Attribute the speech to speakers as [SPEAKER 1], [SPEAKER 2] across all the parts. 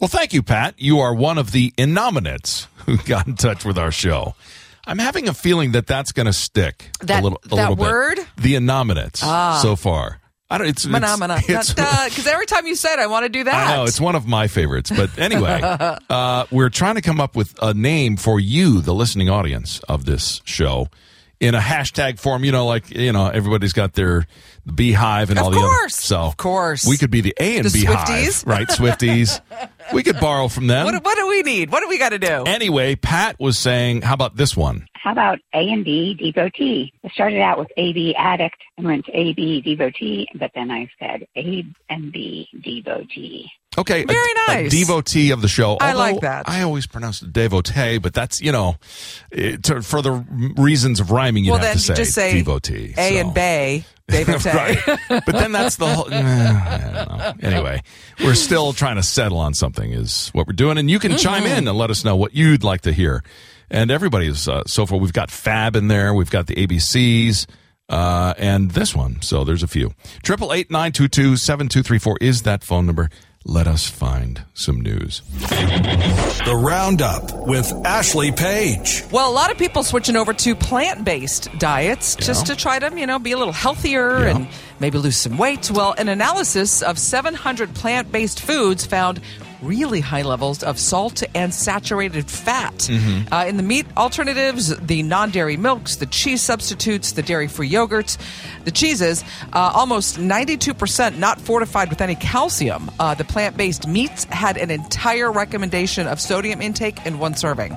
[SPEAKER 1] Well, thank you, Pat. You are one of the innominates who got in touch with our show. I'm having a feeling that that's going to stick
[SPEAKER 2] That-
[SPEAKER 1] a little, a
[SPEAKER 2] that
[SPEAKER 1] little bit.
[SPEAKER 2] word? Ah.
[SPEAKER 1] The innominates so far. I don't. It's it's-
[SPEAKER 2] Phenomena.
[SPEAKER 1] it's-
[SPEAKER 2] Because uh, every time you say it, I want to do that.
[SPEAKER 1] I know it's one of my favorites, but anyway, uh, we're trying to come up with a name for you, the listening audience of this show, in a hashtag form. You know, like you know, everybody's got their beehive and
[SPEAKER 2] Of
[SPEAKER 1] all the other.
[SPEAKER 2] course.
[SPEAKER 1] So
[SPEAKER 2] Of course.
[SPEAKER 1] we could be the A and
[SPEAKER 2] The
[SPEAKER 1] B hive,
[SPEAKER 2] Swifties.
[SPEAKER 1] right? Swifties. we could borrow from them.
[SPEAKER 2] what, what do we need? What do we got to do?
[SPEAKER 1] Anyway, Pat was saying, how about this one?
[SPEAKER 3] How about A and B devotee? I started out with AB addict and went to AB devotee, but then I said A and B devotee.
[SPEAKER 1] Okay, a-
[SPEAKER 2] Very
[SPEAKER 1] a,
[SPEAKER 2] nice.
[SPEAKER 1] devotee of the show.
[SPEAKER 2] I like
[SPEAKER 1] Although
[SPEAKER 2] that.
[SPEAKER 1] I always pronounce it devotee, but that's you know, it, to, for the reasons of rhyming, you
[SPEAKER 2] well,
[SPEAKER 1] have
[SPEAKER 2] then
[SPEAKER 1] to say
[SPEAKER 2] you just say
[SPEAKER 1] devotee.
[SPEAKER 2] A
[SPEAKER 1] so.
[SPEAKER 2] and Bay, David Tay.
[SPEAKER 1] right? But then that's the whole. I don't know. Anyway, we're still trying to settle on something, is what we're doing. And you can chime in and let us know what you'd like to hear. And everybody is uh, so far. We've got Fab in there. We've got the ABCs. Uh, and this one, so there's a few. Triple eight nine two two seven two three four is that phone number. Let us find some news.
[SPEAKER 4] The Roundup with Ashley Page.
[SPEAKER 2] Well, a lot of people switching over to plant-based diets just to try to, you know, be a little healthier
[SPEAKER 1] Yeah.
[SPEAKER 2] and maybe lose some weight. Well, an analysis of 700 plant-based foods found really high levels of salt and saturated fat uh, in the meat alternatives, the non-dairy milks, the cheese substitutes, the dairy-free yogurts, the cheeses. Uh, almost 92% not fortified with any calcium. Uh, the plant-based meats had an entire recommendation of sodium intake in one serving.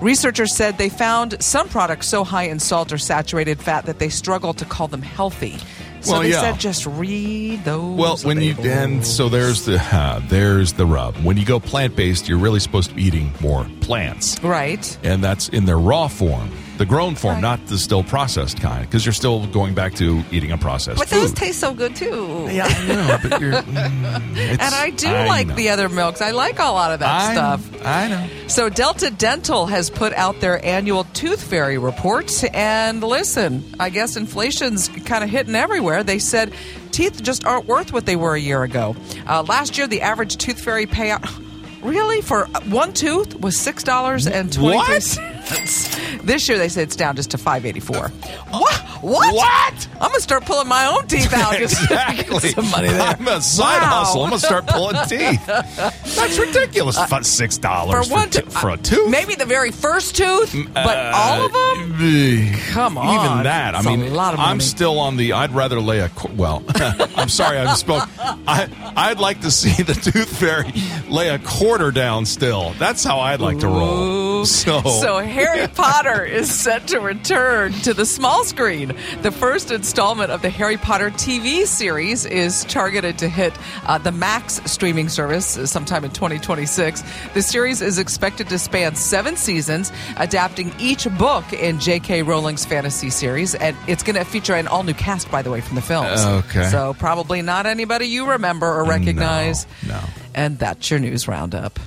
[SPEAKER 2] Researchers said they found some products so high in salt or saturated fat that they struggle to call them healthy. So
[SPEAKER 1] Well,
[SPEAKER 2] they
[SPEAKER 1] yeah.
[SPEAKER 2] said just read those.
[SPEAKER 1] Well, when you
[SPEAKER 2] labels.
[SPEAKER 1] and so there's the uh, there's the rub. When you go plant based, you're really supposed to be eating more plants.
[SPEAKER 2] right.
[SPEAKER 1] and that's in their raw form, the grown form, not the still processed kind, because you're still going back to eating a processed
[SPEAKER 2] But
[SPEAKER 1] food.
[SPEAKER 2] those taste so good too.
[SPEAKER 1] yeah, I know, but you're. mm, it's-
[SPEAKER 2] And I do like
[SPEAKER 1] know.
[SPEAKER 2] the other milks. I like a lot of that
[SPEAKER 1] I-
[SPEAKER 2] stuff.
[SPEAKER 1] I know.
[SPEAKER 2] So Delta Dental has put out their annual Tooth Fairy report, and listen, I guess inflation's kind of hitting everywhere. They said teeth just aren't worth what they were a year ago. Uh, last year, the average Tooth Fairy payout. Really, for one tooth was six dollars and twenty-three cents. This year, they said it's down just to five eighty-four. What? What?
[SPEAKER 1] What?
[SPEAKER 2] I'm gonna start pulling my own teeth out. just to get
[SPEAKER 1] Exactly.
[SPEAKER 2] Some money there.
[SPEAKER 1] I'm a side
[SPEAKER 2] Wow.
[SPEAKER 1] hustle. I'm gonna start pulling teeth. That's ridiculous. Fu- Six
[SPEAKER 2] Uh, for
[SPEAKER 1] dollars for,
[SPEAKER 2] one
[SPEAKER 1] two-
[SPEAKER 2] tooth.
[SPEAKER 1] for a tooth. Mm,
[SPEAKER 2] Maybe the very first tooth, but all of them.
[SPEAKER 1] them.
[SPEAKER 2] Come
[SPEAKER 1] Uh, Even
[SPEAKER 2] on.
[SPEAKER 1] that. I
[SPEAKER 2] It's a
[SPEAKER 1] mean,
[SPEAKER 2] lot of
[SPEAKER 1] I'm
[SPEAKER 2] money.
[SPEAKER 1] still on the. I'd rather lay a. co- Well, I'm sorry, I spoke. I I'd like to see the tooth fairy lay a quarter down. Still, that's how I'd like to roll. So,
[SPEAKER 2] So Harry Potter is set to return to the small screen. The first installment of the Harry Potter TV series is targeted to hit uh, the Max streaming service uh, sometime in 2026. The series is expected to span seven seasons, adapting each book in J.K. Rowling's fantasy series, and it's going to feature an all-new cast, by the way, from the films.
[SPEAKER 1] Okay.
[SPEAKER 2] So probably not anybody you remember or recognize.
[SPEAKER 1] No, no.
[SPEAKER 2] And that's your news roundup.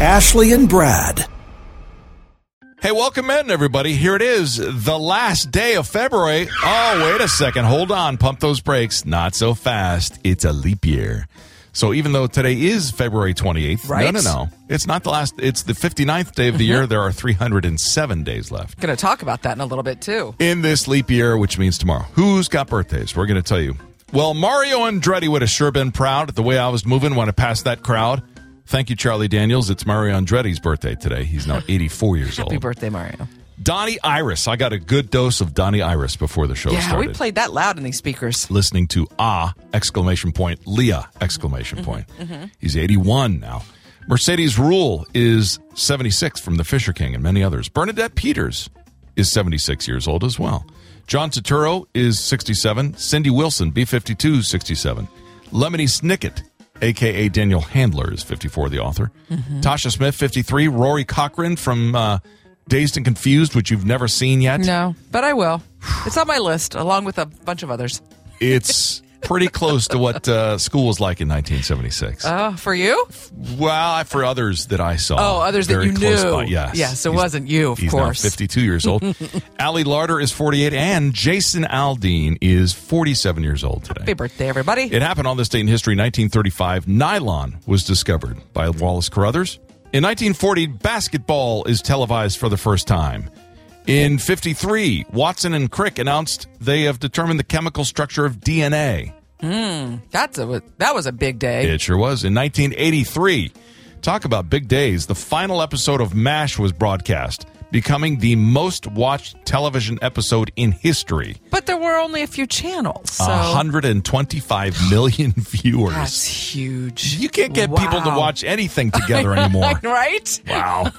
[SPEAKER 4] Ashley and Brad.
[SPEAKER 1] hey, welcome in, everybody. Here it is, the last day of February. Oh, wait a second. Hold on. Pump those brakes. Not so fast. It's a leap year. So even though today is February 28th,
[SPEAKER 2] Right. Mm-hmm.
[SPEAKER 1] no, no, no. It's not the last. It's the 59th day of the year. There are 307 days left.
[SPEAKER 2] Going to talk about that in a little bit too.
[SPEAKER 1] in this leap year, which means tomorrow. Who's got birthdays? We're going to tell you. Well, Mario Andretti would have sure been proud at the way I was moving when I passed that crowd. Thank you, Charlie Daniels. It's Mario Andretti's birthday today. He's now 84 years
[SPEAKER 2] Happy
[SPEAKER 1] old.
[SPEAKER 2] birthday, Mario.
[SPEAKER 1] Donnie Iris. I got a good dose of Donnie Iris before the show
[SPEAKER 2] Yeah,
[SPEAKER 1] started.
[SPEAKER 2] we played that loud in these speakers.
[SPEAKER 1] Listening to Ah! exclamation point, Leah! exclamation point. He's 81 now. Mercedes Rule is 76 from The Fisher King and many others. Bernadette Peters is 76 years old as well. John Turturro is 67. Cindy Wilson, B52, 67. Lemony Snicket, aka Daniel Handler, is 54, the author. Tasha Smith, 53. Rory Cochran from uh, Dazed and Confused, which you've never seen yet.
[SPEAKER 2] No, but I will. It's on my list, along with a bunch of others.
[SPEAKER 1] It's pretty close to what uh, school was like in 1976.
[SPEAKER 2] Oh, for you?
[SPEAKER 1] well, I- for others that I saw.
[SPEAKER 2] Oh, others that
[SPEAKER 1] very
[SPEAKER 2] you
[SPEAKER 1] close
[SPEAKER 2] knew.
[SPEAKER 1] by, yes.
[SPEAKER 2] Yeah, so it
[SPEAKER 1] He's-
[SPEAKER 2] wasn't you, of
[SPEAKER 1] he's
[SPEAKER 2] course.
[SPEAKER 1] Now 52 years old. Ali Larder is 48, and Jason Aldean is 47 years old today.
[SPEAKER 2] Happy birthday, everybody.
[SPEAKER 1] It happened on this date in history, 1935. Nylon was discovered by Wallace Carruthers. In 1940, basketball is televised for the first time. In 53, Watson and Crick announced they have determined the chemical structure of DNA.
[SPEAKER 2] That's a, that was a big day.
[SPEAKER 1] It sure was. In 1983, talk about big days, the final episode of MASH was broadcast, becoming the most watched television episode in history.
[SPEAKER 2] But there were only a few channels. So
[SPEAKER 1] 125 million viewers.
[SPEAKER 2] that's huge.
[SPEAKER 1] You can't get people to
[SPEAKER 2] Wow.
[SPEAKER 1] watch anything together anymore.
[SPEAKER 2] right?
[SPEAKER 1] Wow.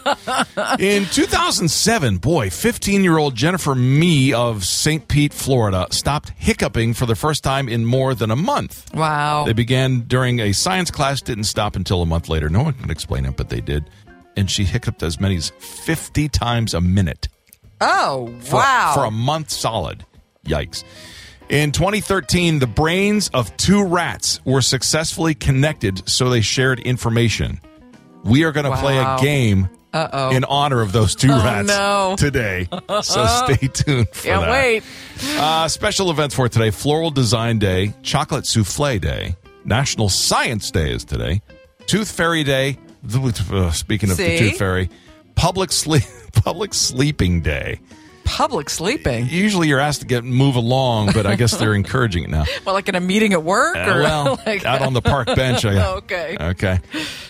[SPEAKER 1] In 2007, boy, 15 year old Jennifer Mee of St. Pete, Florida, stopped hiccuping for the first time in more than a month.
[SPEAKER 2] Wow.
[SPEAKER 1] They began during a science class, didn't stop until a month later. No one can explain it, but they did. And she hiccuped as many as 50 times a minute
[SPEAKER 2] oh,
[SPEAKER 1] for,
[SPEAKER 2] wow.
[SPEAKER 1] for a month solid. Yikes. In 2013, the brains of two rats were successfully connected so they shared information. We are going to play a
[SPEAKER 2] Wow. Oh,
[SPEAKER 1] game in honor of those two rats
[SPEAKER 2] no.
[SPEAKER 1] today. So stay tuned for
[SPEAKER 2] Can't
[SPEAKER 1] that.
[SPEAKER 2] wait.
[SPEAKER 1] Uh, special events for today Floral Design Day, Chocolate Souffle Day, National Science Day is today, Tooth Fairy Day, uh, speaking of the
[SPEAKER 2] See?
[SPEAKER 1] Tooth Fairy, Public, sleep, public Sleeping Day.
[SPEAKER 2] Public sleeping.
[SPEAKER 1] Usually you're asked to get move along, but I guess they're encouraging it now.
[SPEAKER 2] Well, like in a meeting at work
[SPEAKER 1] Uh,
[SPEAKER 2] or
[SPEAKER 1] well,
[SPEAKER 2] like
[SPEAKER 1] out on the park bench. I guess.
[SPEAKER 2] Okay.
[SPEAKER 1] Okay.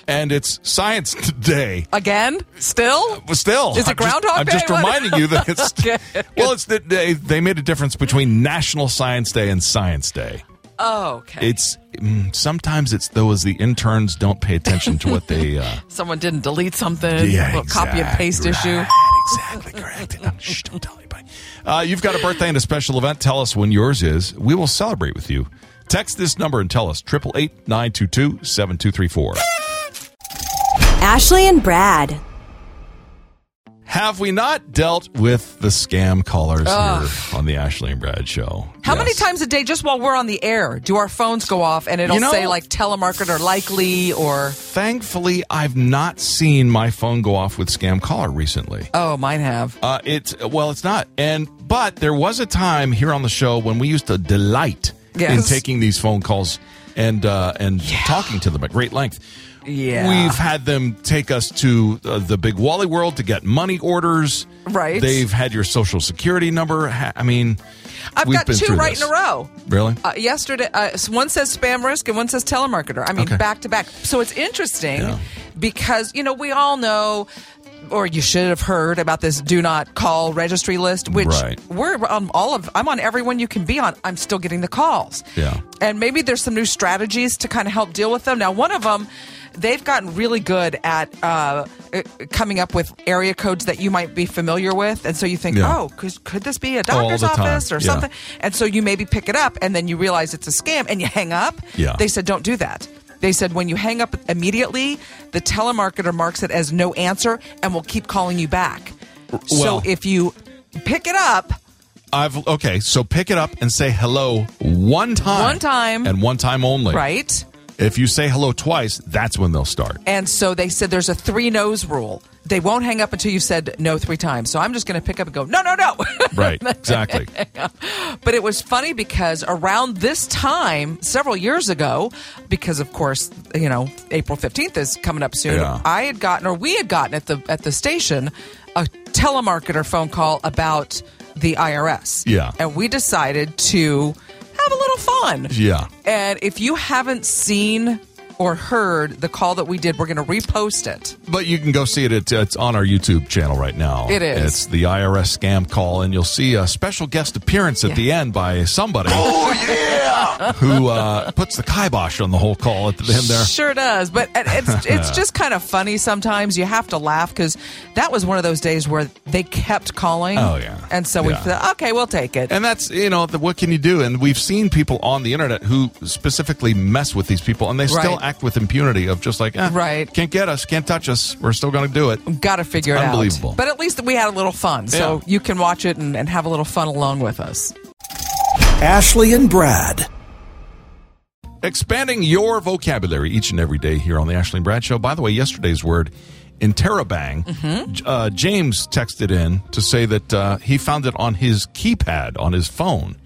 [SPEAKER 1] And it's Science Day.
[SPEAKER 2] again? Still?
[SPEAKER 1] But still,
[SPEAKER 2] Is it
[SPEAKER 1] I'm just-
[SPEAKER 2] Groundhog
[SPEAKER 1] I'm
[SPEAKER 2] Day?
[SPEAKER 1] just
[SPEAKER 2] What?
[SPEAKER 1] reminding you that it's
[SPEAKER 2] Okay.
[SPEAKER 1] well, it's that they, they made a difference between National Science Day and Science Day.
[SPEAKER 2] Oh, okay.
[SPEAKER 1] It's mm, sometimes it's those the interns don't pay attention to what they. Uh,
[SPEAKER 2] Someone didn't delete something.
[SPEAKER 1] yeah,
[SPEAKER 2] a little copy and
[SPEAKER 1] exact-
[SPEAKER 2] paste
[SPEAKER 1] right,
[SPEAKER 2] issue.
[SPEAKER 1] Exactly correct. Uh, shh, don't tell anybody. Uh, you've got a birthday and a special event. Tell us when yours is. We will celebrate with you. Text this number and tell us 888 922 7234.
[SPEAKER 5] Ashley and Brad.
[SPEAKER 1] Have we not dealt with the scam callers here on the Ashley and Brad show?
[SPEAKER 2] How many
[SPEAKER 1] Yes.
[SPEAKER 2] times a day, just while we're on the air, do our phones go off and it'll
[SPEAKER 1] You know-
[SPEAKER 2] say like telemarketer likely or
[SPEAKER 1] Thankfully, I've not seen my phone go off with scam caller recently.
[SPEAKER 2] oh, mine have.
[SPEAKER 1] Uh, it's well, it's not. And but there was a time here on the show when we used to delight in
[SPEAKER 2] Yes.
[SPEAKER 1] taking these phone calls and uh, and talking to them at great length.
[SPEAKER 2] Yeah.
[SPEAKER 1] We've had them take us to uh, the Big Wally World to get money orders.
[SPEAKER 2] Right.
[SPEAKER 1] They've had your social security number. Ha- I mean,
[SPEAKER 2] I've
[SPEAKER 1] we've
[SPEAKER 2] got
[SPEAKER 1] been
[SPEAKER 2] two
[SPEAKER 1] through
[SPEAKER 2] right
[SPEAKER 1] this.
[SPEAKER 2] in a row.
[SPEAKER 1] Really?
[SPEAKER 2] Uh, yesterday, uh, so one says spam risk and one says telemarketer. I mean,
[SPEAKER 1] Okay.
[SPEAKER 2] back to back. So it's interesting because, you know, we all know. Or you should have heard about this do not call registry list, which
[SPEAKER 1] Right.
[SPEAKER 2] we're on all of. I'm on everyone you can be on. I'm still getting the calls.
[SPEAKER 1] Yeah.
[SPEAKER 2] and maybe there's some new strategies to kind of help deal with them. Now, one of them, they've gotten really good at uh, uh, coming up with area codes that you might be familiar with, and so you think,
[SPEAKER 1] Yeah.
[SPEAKER 2] oh, could, could this be a
[SPEAKER 1] all
[SPEAKER 2] doctor's
[SPEAKER 1] the time.
[SPEAKER 2] office or
[SPEAKER 1] Yeah.
[SPEAKER 2] something? And so you maybe pick it up, and then you realize it's a scam, and you hang up.
[SPEAKER 1] Yeah.
[SPEAKER 2] They said, don't do that. They said when you hang up immediately, the telemarketer marks it as no answer and will keep calling you back.
[SPEAKER 1] well-
[SPEAKER 2] so if you pick it up,
[SPEAKER 1] I've okay. So pick it up and say hello one time,
[SPEAKER 2] One time.
[SPEAKER 1] and one time only.
[SPEAKER 2] right?
[SPEAKER 1] If you say hello twice, that's when they'll start.
[SPEAKER 2] And so they said there's a three no's rule. They won't hang up until you've said no three times. So I'm just going to pick up and go, no, no, no.
[SPEAKER 1] Right. Exactly.
[SPEAKER 2] but it was funny because around this time, several years ago, because of course, you know, April 15th is coming up soon,
[SPEAKER 1] Yeah.
[SPEAKER 2] I had gotten, or we had gotten at the, at the station, a telemarketer phone call about the IRS.
[SPEAKER 1] Yeah.
[SPEAKER 2] And we decided to have a little fun.
[SPEAKER 1] Yeah.
[SPEAKER 2] And if you haven't seen or heard the call that we did, we're going to repost it.
[SPEAKER 1] But you can go see it. It's, it's on our YouTube channel right now.
[SPEAKER 2] It is.
[SPEAKER 1] It's the IRS scam call, and you'll see a special guest appearance at
[SPEAKER 2] Yeah.
[SPEAKER 1] the end by somebody. Oh yeah! Who uh, puts the kibosh on the whole call at the end there?
[SPEAKER 2] Sure does, but it- it's it's just kind of funny sometimes. You have to laugh because that was one of those days where they kept calling.
[SPEAKER 1] Oh, yeah.
[SPEAKER 2] and so we
[SPEAKER 1] Yeah.
[SPEAKER 2] thought, okay, we'll take it.
[SPEAKER 1] And that's you know the, what can you do? And we've seen people on the internet who specifically mess with these people, and they still
[SPEAKER 2] Right.
[SPEAKER 1] act with impunity of just like eh,
[SPEAKER 2] Right.
[SPEAKER 1] can't get us, can't touch us. We're still going to do it.
[SPEAKER 2] Got to figure it
[SPEAKER 1] unbelievable.
[SPEAKER 2] out. But at least we had a little fun, so
[SPEAKER 1] Yeah.
[SPEAKER 2] you can watch it and, and have a little fun along with us.
[SPEAKER 4] Ashley and Brad.
[SPEAKER 1] expanding your vocabulary each and every day here on the Ashley and Brad Show. By the way, yesterday's word, interrobang,
[SPEAKER 2] Mm-hmm.
[SPEAKER 1] J- uh, James texted in to say that uh, he found it on his keypad on his phone.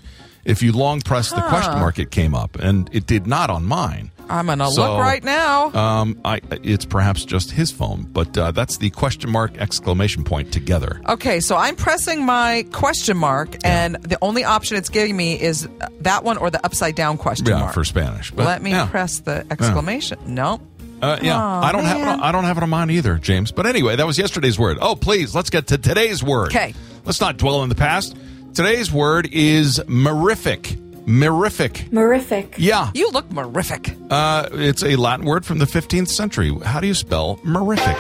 [SPEAKER 1] If you long pressed the question mark, it came up, and it did not on mine.
[SPEAKER 2] I'm gonna
[SPEAKER 1] So,
[SPEAKER 2] look right now.
[SPEAKER 1] Um, I, it's perhaps just his phone, but uh, that's the question mark exclamation point together.
[SPEAKER 2] Okay, so I'm pressing my question mark, and the only option it's giving me is that one or the upside down question
[SPEAKER 1] Yeah,
[SPEAKER 2] mark.
[SPEAKER 1] for Spanish. But,
[SPEAKER 2] Let me
[SPEAKER 1] yeah.
[SPEAKER 2] press the exclamation. No.
[SPEAKER 1] Uh, yeah,
[SPEAKER 2] Aw,
[SPEAKER 1] I don't have it. On,
[SPEAKER 2] man.
[SPEAKER 1] I don't have it on mine either, James. But anyway, that was yesterday's word. Oh, please, let's get to today's word.
[SPEAKER 2] 'Kay.
[SPEAKER 1] Let's not dwell on the past. Today's word is merific. Merific.
[SPEAKER 5] Morific.
[SPEAKER 1] Yeah,
[SPEAKER 2] You look morific.
[SPEAKER 1] uh, it's a Latin word from the 15th century. How do you spell merific?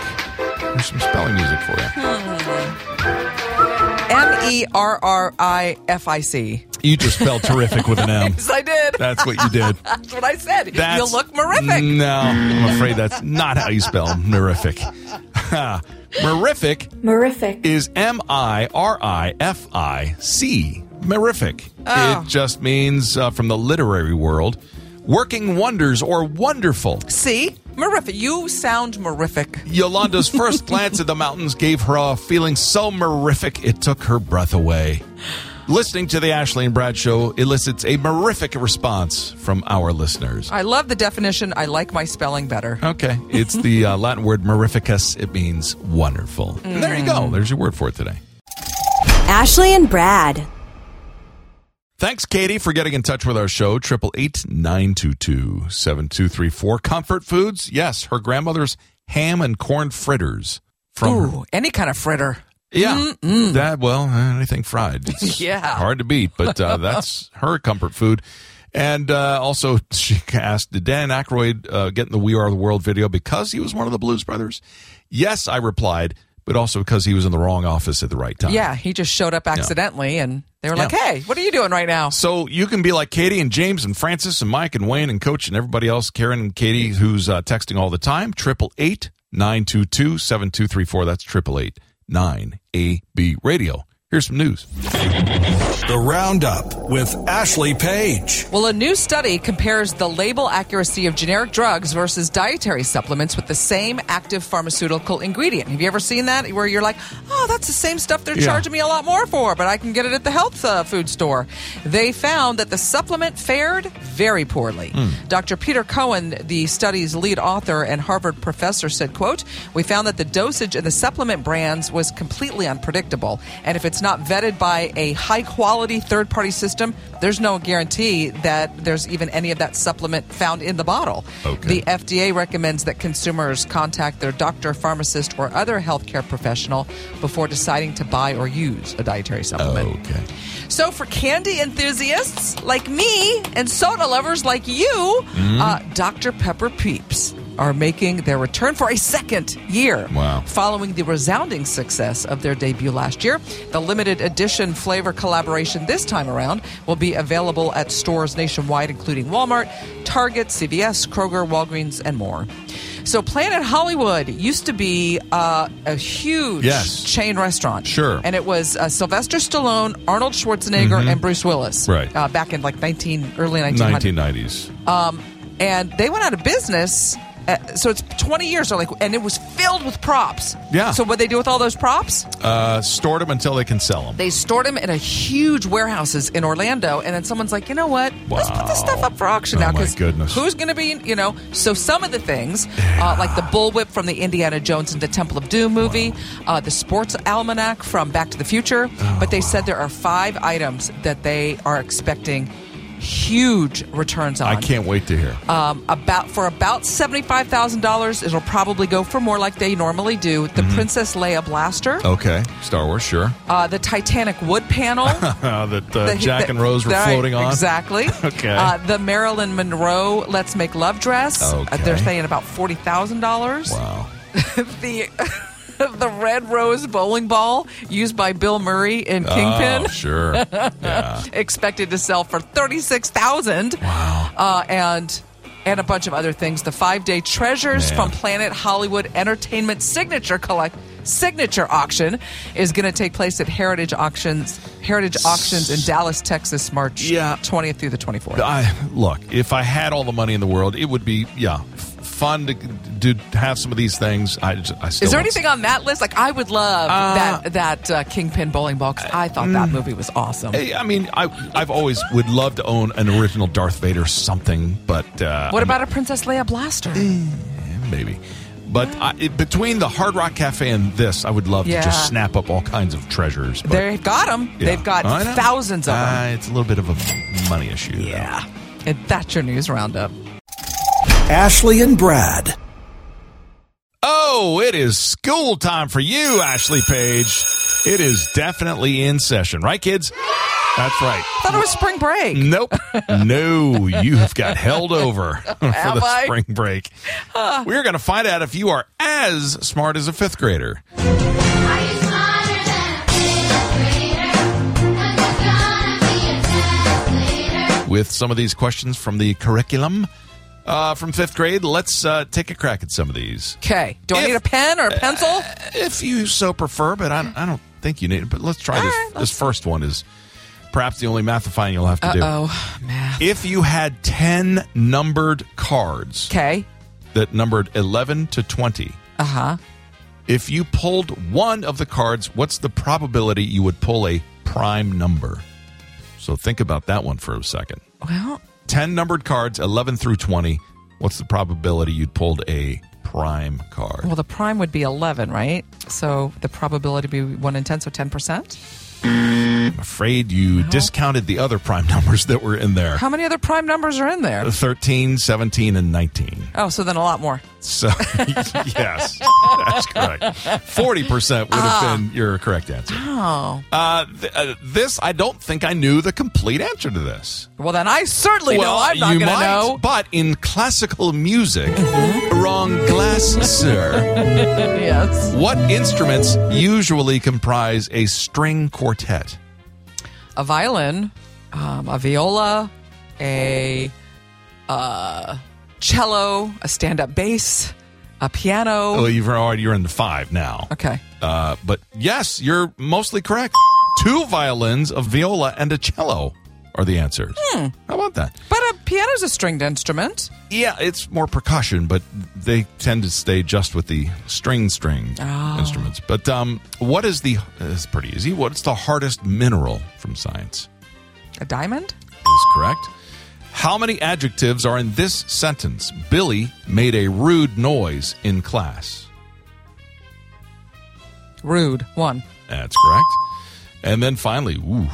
[SPEAKER 1] There's some spelling music for you.
[SPEAKER 2] M E R R I F I C.
[SPEAKER 1] You just spelled terrific with an M.
[SPEAKER 2] Yes, I did.
[SPEAKER 1] That's what you did.
[SPEAKER 2] That's what I said.
[SPEAKER 1] That's- mm.
[SPEAKER 2] you look morific.
[SPEAKER 1] No, I'm afraid that's not how you spell merific. merific
[SPEAKER 5] Morific.
[SPEAKER 1] is M I R I F I C. Merific.
[SPEAKER 2] Oh.
[SPEAKER 1] It just means, uh, from the literary world, working wonders or wonderful.
[SPEAKER 2] See? Morific. You sound morific.
[SPEAKER 1] Yolanda's first glance at the mountains gave her a feeling so merific it took her breath away. Listening to the Ashley and Brad show elicits a merific response from our listeners.
[SPEAKER 2] I love the definition. I like my spelling better.
[SPEAKER 1] Okay. It's the uh, Latin word merificus. It means wonderful. And there you go. There's your word for it today.
[SPEAKER 6] Ashley and Brad.
[SPEAKER 1] Thanks, Katie, for getting in touch with our show. Triple eight nine two two seven two three four. Comfort foods. Yes, her grandmother's ham and corn fritters from her-
[SPEAKER 2] Ooh, any kind of fritter.
[SPEAKER 1] Yeah, that well, anything fried. It's
[SPEAKER 2] Yeah.
[SPEAKER 1] hard to beat, but uh, that's her comfort food. And uh, also, she asked, "Did Dan Aykroyd uh, get in the We Are the World video because he was one of the Blues Brothers?" Yes, I replied, but also because he was in the wrong office at the right time.
[SPEAKER 2] Yeah, he just showed up accidentally, and they were like,
[SPEAKER 1] Yeah.
[SPEAKER 2] hey, what are you doing right now?
[SPEAKER 1] So you can be like Katie and James and Francis and Mike and Wayne and Coach and everybody else, Karen and Katie, who's uh, texting all the time. Triple eight nine two two seven two three four. That's triple eight nine A B Radio. Here's some news.
[SPEAKER 4] The Roundup with Ashley Page.
[SPEAKER 2] Well, a new study compares the label accuracy of generic drugs versus dietary supplements with the same active pharmaceutical ingredient. Have you ever seen that where you're like, oh, that's the same stuff they're
[SPEAKER 1] Yeah.
[SPEAKER 2] charging me a lot more for, but I can get it at the health uh, food store? They found that the supplement fared very poorly. Dr. Peter Cohen, the study's lead author and Harvard professor, said, quote, we found that the dosage in the supplement brands was completely unpredictable. And if it's not vetted by a high quality third party system, there's no guarantee that there's even any of that supplement found in the bottle.
[SPEAKER 1] Okay.
[SPEAKER 2] The FDA recommends that consumers contact their doctor, pharmacist, or other healthcare professional before deciding to buy or use a dietary supplement.
[SPEAKER 1] Okay.
[SPEAKER 2] So, for candy enthusiasts like me and soda lovers like you,
[SPEAKER 1] Mm-hmm.
[SPEAKER 2] uh, Dr. Pepper Peeps are making their return for a second year.
[SPEAKER 1] Wow.
[SPEAKER 2] Following the resounding success of their debut last year, the limited edition flavor collaboration this time around will be available at stores nationwide, including Walmart, Target, CVS, Kroger, Walgreens, and more. So, Planet Hollywood used to be uh, a huge
[SPEAKER 1] Yes.
[SPEAKER 2] chain restaurant.
[SPEAKER 1] Sure.
[SPEAKER 2] And it was uh, Sylvester Stallone, Arnold Schwarzenegger, and Bruce Willis.
[SPEAKER 1] Mm-hmm. Right.
[SPEAKER 2] Uh, back in like 19, early 1900s.
[SPEAKER 1] 1990s.
[SPEAKER 2] And they went out of business. Uh, so it's 20 years or like, and it was filled with props.
[SPEAKER 1] Yeah.
[SPEAKER 2] So what they do with all those props?
[SPEAKER 1] Uh, stored them until they can sell them.
[SPEAKER 2] They stored them in a huge warehouses in Orlando, and then someone's like, you know what? Let's put this
[SPEAKER 1] Wow.
[SPEAKER 2] stuff up for auction
[SPEAKER 1] Oh,
[SPEAKER 2] now
[SPEAKER 1] my goodness.
[SPEAKER 2] who's going to be, you know? So some of the things, uh, like the bullwhip from the Indiana Jones and the Temple of Doom movie, uh, the sports almanac from Back to the Future, but they said there are five items that they are expecting huge returns on
[SPEAKER 1] I can't wait to hear.
[SPEAKER 2] um, about for about seventy five thousand dollars. It'll probably go for more, like they normally do. The
[SPEAKER 1] Mm-hmm.
[SPEAKER 2] Princess Leia blaster,
[SPEAKER 1] okay, Star Wars, sure.
[SPEAKER 2] uh, the Titanic wood panel.
[SPEAKER 1] Uh, that uh,
[SPEAKER 2] the-
[SPEAKER 1] Jack
[SPEAKER 2] the-
[SPEAKER 1] and Rose were
[SPEAKER 2] right,
[SPEAKER 1] floating on.
[SPEAKER 2] exactly.
[SPEAKER 1] Okay.
[SPEAKER 2] uh, the Marilyn Monroe "Let's Make Love" dress. Uh, they're
[SPEAKER 1] Okay.
[SPEAKER 2] saying about forty thousand dollars.
[SPEAKER 1] Wow.
[SPEAKER 2] The the red rose bowling ball used by Bill Murray in Kingpin.
[SPEAKER 1] Oh, sure. Yeah.
[SPEAKER 2] expected to sell for thirty six thousand. Wow! Uh, and and a bunch of other things. The five day treasures
[SPEAKER 1] Man.
[SPEAKER 2] from Planet Hollywood Entertainment signature collect signature auction is going to take place at Heritage Auctions, Heritage Auctions in Dallas, Texas, March
[SPEAKER 1] Yeah.
[SPEAKER 2] 20th through the 24th.
[SPEAKER 1] I look. If I had all the money in the world, it would be yeah, f- fun to to have some of these things. I, just- I still
[SPEAKER 2] Is there
[SPEAKER 1] want-
[SPEAKER 2] anything on that list? Like, I would love
[SPEAKER 1] Uh, mm.
[SPEAKER 2] that that uh, Kingpin bowling ball because I thought that movie was awesome.
[SPEAKER 1] Hey, I mean, I I've always would love to own an original Darth Vader something, but uh,
[SPEAKER 2] what
[SPEAKER 1] I'm-
[SPEAKER 2] about a Princess Leia blaster?
[SPEAKER 1] Mm. maybe? But I, it, between the Hard Rock Cafe and this, I would love
[SPEAKER 2] Yeah.
[SPEAKER 1] to just snap up all kinds of treasures. But,
[SPEAKER 2] They've got them.
[SPEAKER 1] yeah.
[SPEAKER 2] They've got
[SPEAKER 1] I know.
[SPEAKER 2] thousands of them.
[SPEAKER 1] Uh, it's a little bit of a money issue. though.
[SPEAKER 2] yeah. And that's your news roundup.
[SPEAKER 4] Ashley and Brad.
[SPEAKER 1] Oh, it is school time for you, Ashley Page. It is definitely in session, right, kids? That's right.
[SPEAKER 2] Thought it was spring break.
[SPEAKER 1] Nope. No, you have got held over for
[SPEAKER 2] Have
[SPEAKER 1] the
[SPEAKER 2] I?
[SPEAKER 1] spring break. We're going to find out if you are as smart as a fifth grader.
[SPEAKER 5] Are you smarter than a fifth grader? 'Cause you're gonna be a test later.
[SPEAKER 1] With some of these questions from the curriculum uh, from fifth grade, let's uh, take a crack at some of these.
[SPEAKER 2] Okay. Do I
[SPEAKER 1] If- Uh,
[SPEAKER 2] need a pen or a pencil?
[SPEAKER 1] If you so prefer, but I, I don't think you need it. But let's try this.
[SPEAKER 2] right,
[SPEAKER 1] this first one is perhaps the only mathifying you'll have to do.
[SPEAKER 2] oh, math.
[SPEAKER 1] If you had 10 numbered cards
[SPEAKER 2] Okay.
[SPEAKER 1] that numbered 11 to 20,
[SPEAKER 2] Uh huh.
[SPEAKER 1] if you pulled one of the cards, what's the probability you would pull a prime number? So think about that one for a second.
[SPEAKER 2] Well,
[SPEAKER 1] 10 numbered cards, 11 through 20, what's the probability you'd pulled a prime card?
[SPEAKER 2] well, the prime would be 11, right? So the probability would be 1 in 10, so 10%.
[SPEAKER 1] I'm afraid you discounted the other prime numbers that were in there
[SPEAKER 2] How many other prime numbers are in there?
[SPEAKER 1] 13, 17, and 19.
[SPEAKER 2] Oh, so then a lot more.
[SPEAKER 1] So, yes, that's correct. 40% would have been your correct answer.
[SPEAKER 2] Ah. Oh.
[SPEAKER 1] Uh, th- uh, this, I don't think I knew the complete answer to this.
[SPEAKER 2] Well, then I certainly know I'm not
[SPEAKER 1] you
[SPEAKER 2] going to
[SPEAKER 1] might,
[SPEAKER 2] know. Mm-hmm.
[SPEAKER 1] but in classical music, wrong glass, sir.
[SPEAKER 2] Yes.
[SPEAKER 1] What instruments usually comprise a string quartet?
[SPEAKER 2] A violin, um, a viola, a uh, cello, a stand up bass, a piano.
[SPEAKER 1] Well, you've already you're in the five now.
[SPEAKER 2] Okay.
[SPEAKER 1] Uh, but yes, you're mostly correct. Two violins, a viola, and a cello are the answers.
[SPEAKER 2] Hmm.
[SPEAKER 1] How about that?
[SPEAKER 2] But a piano's a stringed instrument.
[SPEAKER 1] Yeah, it's more percussion, but they tend to stay just with the string string instruments. But um, what is the? It's pretty easy. What's the hardest mineral from science?
[SPEAKER 2] A diamond?
[SPEAKER 1] Is correct. How many adjectives are in this sentence? Billy made a rude noise in class.
[SPEAKER 2] Rude. One.
[SPEAKER 1] That's correct. And then finally, ooh,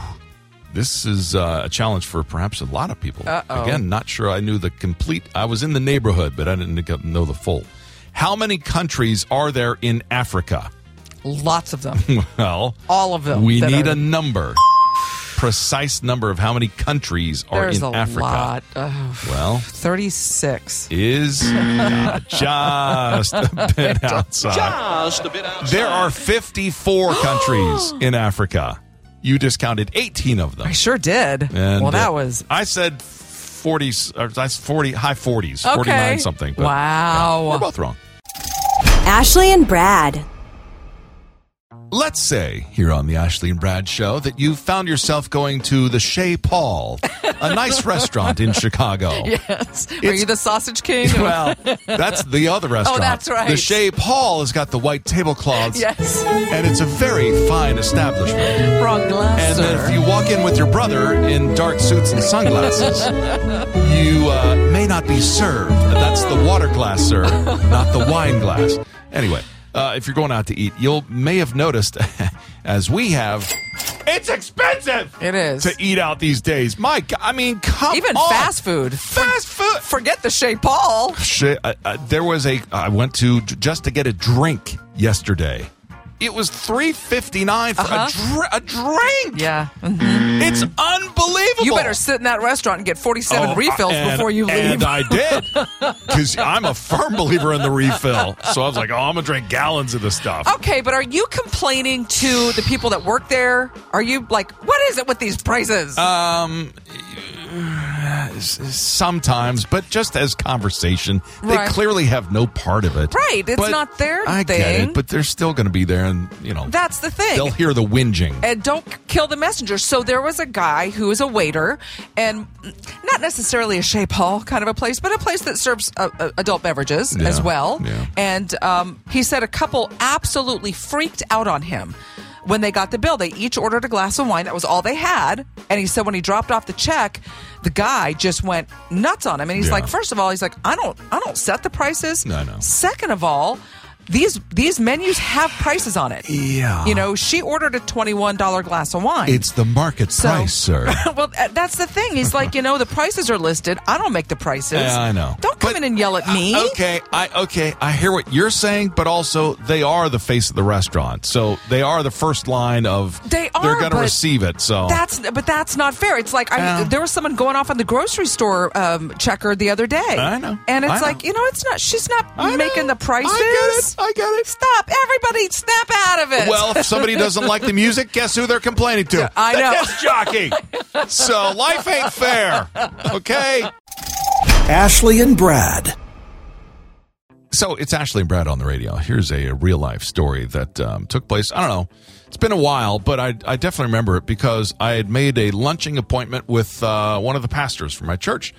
[SPEAKER 1] this is uh, a challenge for perhaps a lot of people.
[SPEAKER 2] Uh-oh.
[SPEAKER 1] Again, not sure I knew the complete. I was in the neighborhood, but I didn't get- know the full. How many countries are there in Africa?
[SPEAKER 2] Lots of them.
[SPEAKER 1] Well,
[SPEAKER 2] All of them.
[SPEAKER 1] we
[SPEAKER 2] that
[SPEAKER 1] need
[SPEAKER 2] are-
[SPEAKER 1] a number, precise number of how many countries are
[SPEAKER 2] There's
[SPEAKER 1] in
[SPEAKER 2] a
[SPEAKER 1] Africa.
[SPEAKER 2] lot. Ugh.
[SPEAKER 1] Well,
[SPEAKER 2] 36.
[SPEAKER 1] is just a bit outside. There are 54 countries in Africa. You discounted 18 of them.
[SPEAKER 2] I sure did.
[SPEAKER 1] And,
[SPEAKER 2] well, that
[SPEAKER 1] uh,
[SPEAKER 2] was.
[SPEAKER 1] I said 40s, or that's 40, high 40s,
[SPEAKER 2] Okay.
[SPEAKER 1] 49 something. but,
[SPEAKER 2] Wow.
[SPEAKER 1] yeah, we're both wrong.
[SPEAKER 6] Ashley and Brad.
[SPEAKER 1] Let's say here on the Ashley and Brad show that you found yourself going to the Shea Paul, a nice restaurant in Chicago.
[SPEAKER 2] Yes. Are you the sausage king?
[SPEAKER 1] Well, that's the other restaurant.
[SPEAKER 2] Oh, that's right.
[SPEAKER 1] The Shea Paul has got the white tablecloths.
[SPEAKER 2] yes.
[SPEAKER 1] And it's a very fine establishment.
[SPEAKER 2] Wrong glass.
[SPEAKER 1] And
[SPEAKER 2] sir.
[SPEAKER 1] if you walk in with your brother in dark suits and sunglasses, you uh, may not be served. That's the water glass, sir, not the wine glass. Anyway, uh, if you're going out to eat, you'll may have noticed, as we have, it's expensive
[SPEAKER 2] It is.
[SPEAKER 1] to eat out these days. My, g- I mean, come
[SPEAKER 2] Even
[SPEAKER 1] on.
[SPEAKER 2] fast food.
[SPEAKER 1] fast food.
[SPEAKER 2] Forget the Shea Paul.
[SPEAKER 1] Shit, uh, uh, there was a. I went to j- just to get a drink yesterday. It was three fifty nine for a, dr- a drink.
[SPEAKER 2] Uh-huh. Yeah.
[SPEAKER 1] It's unbelievable.
[SPEAKER 2] You better sit in that restaurant and get 47
[SPEAKER 1] Oh,
[SPEAKER 2] refills
[SPEAKER 1] I- and-
[SPEAKER 2] before you leave.
[SPEAKER 1] And I did because I'm a firm believer in the refill. So I was like, oh, I'm gonna drink gallons of this stuff.
[SPEAKER 2] Okay, but are you complaining to the people that work there? Are you like, what is it with these prices?
[SPEAKER 1] Um, s- sometimes, but just as conversation.
[SPEAKER 2] Right.
[SPEAKER 1] They clearly have no part of it.
[SPEAKER 2] Right, it's
[SPEAKER 1] But
[SPEAKER 2] not their
[SPEAKER 1] I get
[SPEAKER 2] thing.
[SPEAKER 1] it, but they're still going to be there, and you know
[SPEAKER 2] That's the thing. Eh.
[SPEAKER 1] They'll hear the whinging.
[SPEAKER 2] and don't c- kill the messenger. So there was a guy who is a waiter, and not necessarily a Chez Paul kind of a place, but a place that serves uh, uh, adult beverages
[SPEAKER 1] Yeah,
[SPEAKER 2] as well.
[SPEAKER 1] yeah.
[SPEAKER 2] And um, he said a couple absolutely freaked out on him. When they got the bill, they each ordered a glass of wine. That was all they had. And he said when he dropped off the check, the guy just went nuts on him. And he's
[SPEAKER 1] Yeah.
[SPEAKER 2] like, first of all, he's like, I don't, I don't set the prices.
[SPEAKER 1] No, no.
[SPEAKER 2] Second of all, these these menus have prices on it.
[SPEAKER 1] Yeah.
[SPEAKER 2] You know, she ordered a twenty-one dollar glass of wine.
[SPEAKER 1] It's the market
[SPEAKER 2] So-
[SPEAKER 1] price, sir.
[SPEAKER 2] well, th- that's the thing. He's like, you know, the prices are listed. I don't make the prices.
[SPEAKER 1] Yeah, I know.
[SPEAKER 2] Don't come
[SPEAKER 1] But-
[SPEAKER 2] in and yell at me.
[SPEAKER 1] Okay, I okay, I hear what you're saying, but also they are the face of the restaurant, so they are the first line of.
[SPEAKER 2] They are,
[SPEAKER 1] They're going to
[SPEAKER 2] but
[SPEAKER 1] receive it. So
[SPEAKER 2] That's but that's not fair. It's like I,
[SPEAKER 1] Yeah.
[SPEAKER 2] there was someone going off on the grocery store um, checker the other day.
[SPEAKER 1] I know.
[SPEAKER 2] and
[SPEAKER 1] I
[SPEAKER 2] it's
[SPEAKER 1] know.
[SPEAKER 2] like you know, it's not. She's not
[SPEAKER 1] I know.
[SPEAKER 2] making the prices.
[SPEAKER 1] I get it. I get it.
[SPEAKER 2] Stop! Everybody, snap out of it.
[SPEAKER 1] Well, if somebody doesn't like the music, guess who they're complaining to?
[SPEAKER 2] I
[SPEAKER 1] The
[SPEAKER 2] know.
[SPEAKER 1] disc jockey. So life ain't fair. Okay.
[SPEAKER 4] Ashley and Brad.
[SPEAKER 1] So it's Ashley and Brad on the radio. Here's a, real life story that um, took place. I don't know. It's been a while, but I, I definitely remember it because I had made a lunching appointment with uh, one of the pastors from my church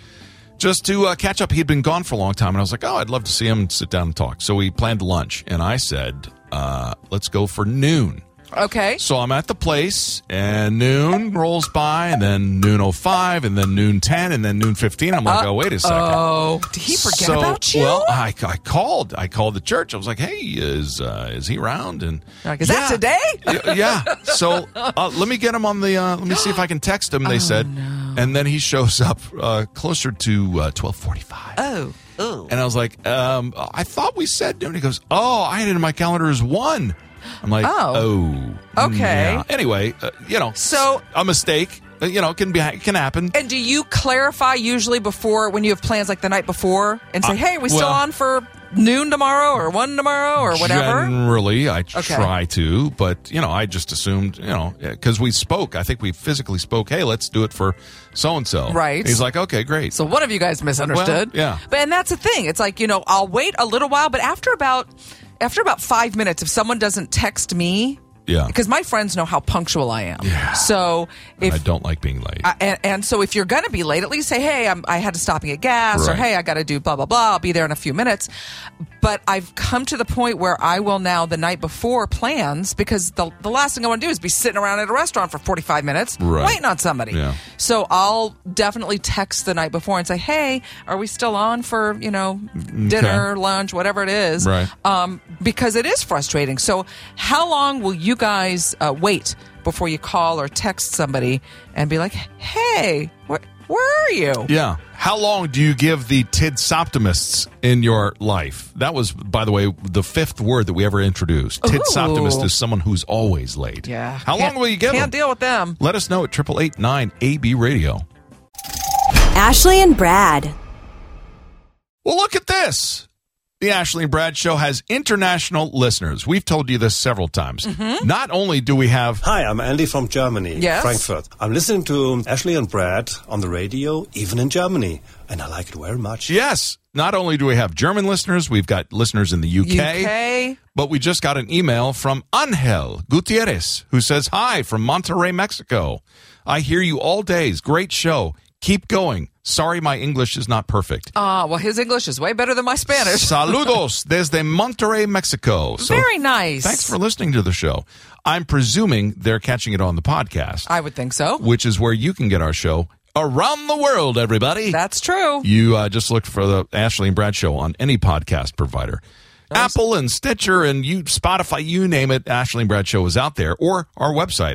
[SPEAKER 1] just to uh, catch up. He'd been gone for a long time, and I was like, oh, I'd love to see him and sit down and talk. So we planned lunch, and I said, uh, let's go for noon.
[SPEAKER 2] okay.
[SPEAKER 1] So I'm at the place, and noon rolls by, and then noon 05, and then noon 10, and then noon 15. I'm like, oh, wait a second.
[SPEAKER 2] Oh, did he forget
[SPEAKER 1] So-
[SPEAKER 2] about you?
[SPEAKER 1] Well, I, I called. I called the church. I was like, "Hey, is uh, is he around?" And
[SPEAKER 2] Like, is that today?
[SPEAKER 1] Y- yeah. So uh, let me get him on the. Uh, let me see if I can text him. They
[SPEAKER 2] Oh,
[SPEAKER 1] said, and then he shows up uh, closer to uh, twelve forty-five.
[SPEAKER 2] oh, oh.
[SPEAKER 1] And I was like, um, I thought we said noon. He goes, Oh, I had it in my calendar as one. I'm like,
[SPEAKER 2] Oh.
[SPEAKER 1] Oh,
[SPEAKER 2] Okay.
[SPEAKER 1] yeah." Anyway, uh, you know,
[SPEAKER 2] So-
[SPEAKER 1] a mistake, uh, you know, can be can happen.
[SPEAKER 2] And do you clarify usually before when you have plans like the night before and say,
[SPEAKER 1] Uh,
[SPEAKER 2] "Hey, we still
[SPEAKER 1] well-
[SPEAKER 2] on for noon tomorrow or one tomorrow or whatever"?
[SPEAKER 1] Generally, I
[SPEAKER 2] Okay.
[SPEAKER 1] try to, but you know, I just assumed, you know, because we spoke. I think we physically spoke. Hey, let's do it for so and so.
[SPEAKER 2] Right.
[SPEAKER 1] He's like, okay, great.
[SPEAKER 2] so one of you guys misunderstood.
[SPEAKER 1] Well, yeah.
[SPEAKER 2] But and that's the thing. It's like you know, I'll wait a little while, but after about after about five minutes, if someone doesn't text me,
[SPEAKER 1] Yeah.
[SPEAKER 2] because my friends know how punctual I am.
[SPEAKER 1] Yeah.
[SPEAKER 2] So if
[SPEAKER 1] I don't like being late.
[SPEAKER 2] I- and, and so if you're going to be late, at least say, hey, I'm, I had to stop and get gas, or
[SPEAKER 1] Right.
[SPEAKER 2] hey, I got to do blah, blah, blah. I'll be there in a few minutes. But I've come to the point where I will now, the night before, plans because the, the last thing I want to do is be sitting around at a restaurant for 45 minutes
[SPEAKER 1] Right.
[SPEAKER 2] waiting on somebody.
[SPEAKER 1] Yeah.
[SPEAKER 2] So I'll definitely text the night before and say, hey, are we still on for, you know, dinner, lunch, whatever it
[SPEAKER 1] Mm,
[SPEAKER 2] is?
[SPEAKER 1] Right.
[SPEAKER 2] Um, because it is frustrating. So how long will you guys uh, wait? before you call or text somebody and be like, "Hey, where, where are you?"
[SPEAKER 1] Yeah. How long do you give the tids optimists in your life? That was, by the way, the fifth word that we ever introduced. Tids
[SPEAKER 2] Ooh.
[SPEAKER 1] optimist is someone who's always late.
[SPEAKER 2] Yeah.
[SPEAKER 1] How long
[SPEAKER 2] Can't-
[SPEAKER 1] will you give
[SPEAKER 2] Can't
[SPEAKER 1] them?
[SPEAKER 2] deal with them.
[SPEAKER 1] Let us know at triple eight nine AB Radio.
[SPEAKER 6] Ashley and Brad.
[SPEAKER 1] Well, look at this. The Ashley and Brad Show has international listeners. We've told you this several times. Not only do we have
[SPEAKER 7] Hi, I'm Andy from Germany,
[SPEAKER 2] Yes.
[SPEAKER 7] Frankfurt. I'm listening to Ashley and Brad on the radio, even in Germany, and I like it very much.
[SPEAKER 1] Yes. Not only do we have German listeners, we've got listeners in the UK,
[SPEAKER 2] UK.
[SPEAKER 1] but we just got an email from Angel Gutierrez who says, Hi from Monterrey, Mexico. I hear you all days. Great show. Keep going. Sorry, my English is not perfect.
[SPEAKER 2] Ah, well, his English is way better than my Spanish.
[SPEAKER 1] Saludos desde Monterrey, Mexico. So
[SPEAKER 2] Very nice.
[SPEAKER 1] Thanks for listening to the show. I'm presuming they're catching it on the podcast,
[SPEAKER 2] I would think so.
[SPEAKER 1] which is where you can get our show around the world, everybody.
[SPEAKER 2] That's true.
[SPEAKER 1] You uh, just look for the Ashley and Brad show on any podcast provider. Apple and Stitcher and you Spotify, you name it, Ashley and Brad show is out there or our website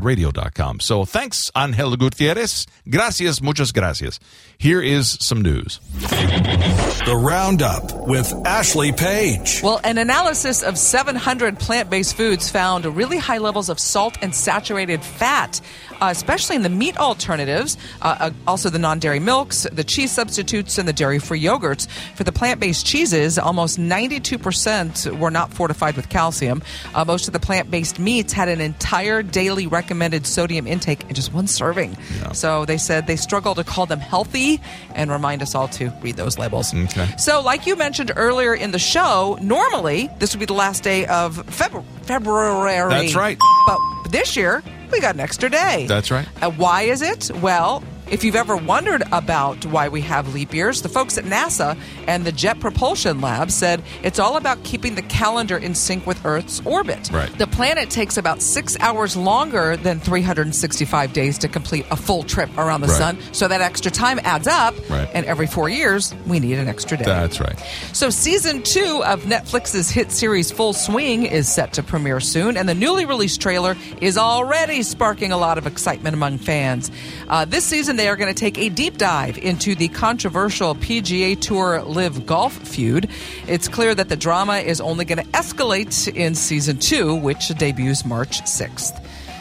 [SPEAKER 1] ashleybradradio.com. So thanks Angel Gutierrez. Gracias, muchas gracias. Here is some news.
[SPEAKER 4] The Roundup with Ashley Page.
[SPEAKER 2] Well, an analysis of 700 plant based foods found really high levels of salt and saturated fat, uh, especially in the meat alternatives, uh, uh, also the non dairy milks, the cheese substitutes, and the dairy free yogurts. For the plant based cheeses, almost 92% 92% were not fortified with calcium. Uh, most of the plant based meats had an entire daily recommended sodium intake in just one serving. So they said they struggle to call them healthy and remind us all to read those labels.
[SPEAKER 1] Okay.
[SPEAKER 2] So, like you mentioned earlier in the show, normally this would be the last day of Feb- February.
[SPEAKER 1] That's right.
[SPEAKER 2] But this year, we got an extra day.
[SPEAKER 1] That's right.
[SPEAKER 2] Uh, why is it? Well, if you've ever wondered about why we have leap years, the folks at NASA and the Jet Propulsion Lab said it's all about keeping the calendar in sync with Earth's orbit.
[SPEAKER 1] Right.
[SPEAKER 2] The planet takes about six hours longer than 365 days to complete a full trip around the
[SPEAKER 1] Right.
[SPEAKER 2] sun. So that extra time adds up.
[SPEAKER 1] Right.
[SPEAKER 2] And every four years, we need an extra day.
[SPEAKER 1] That's right.
[SPEAKER 2] So, season two of Netflix's hit series Full Swing is set to premiere soon, and the newly released trailer is already sparking a lot of excitement among fans. Uh, this season, they are going to take a deep dive into the controversial PGA Tour Live Golf feud. It's clear that the drama is only going to escalate in season two, which debuts March 6th.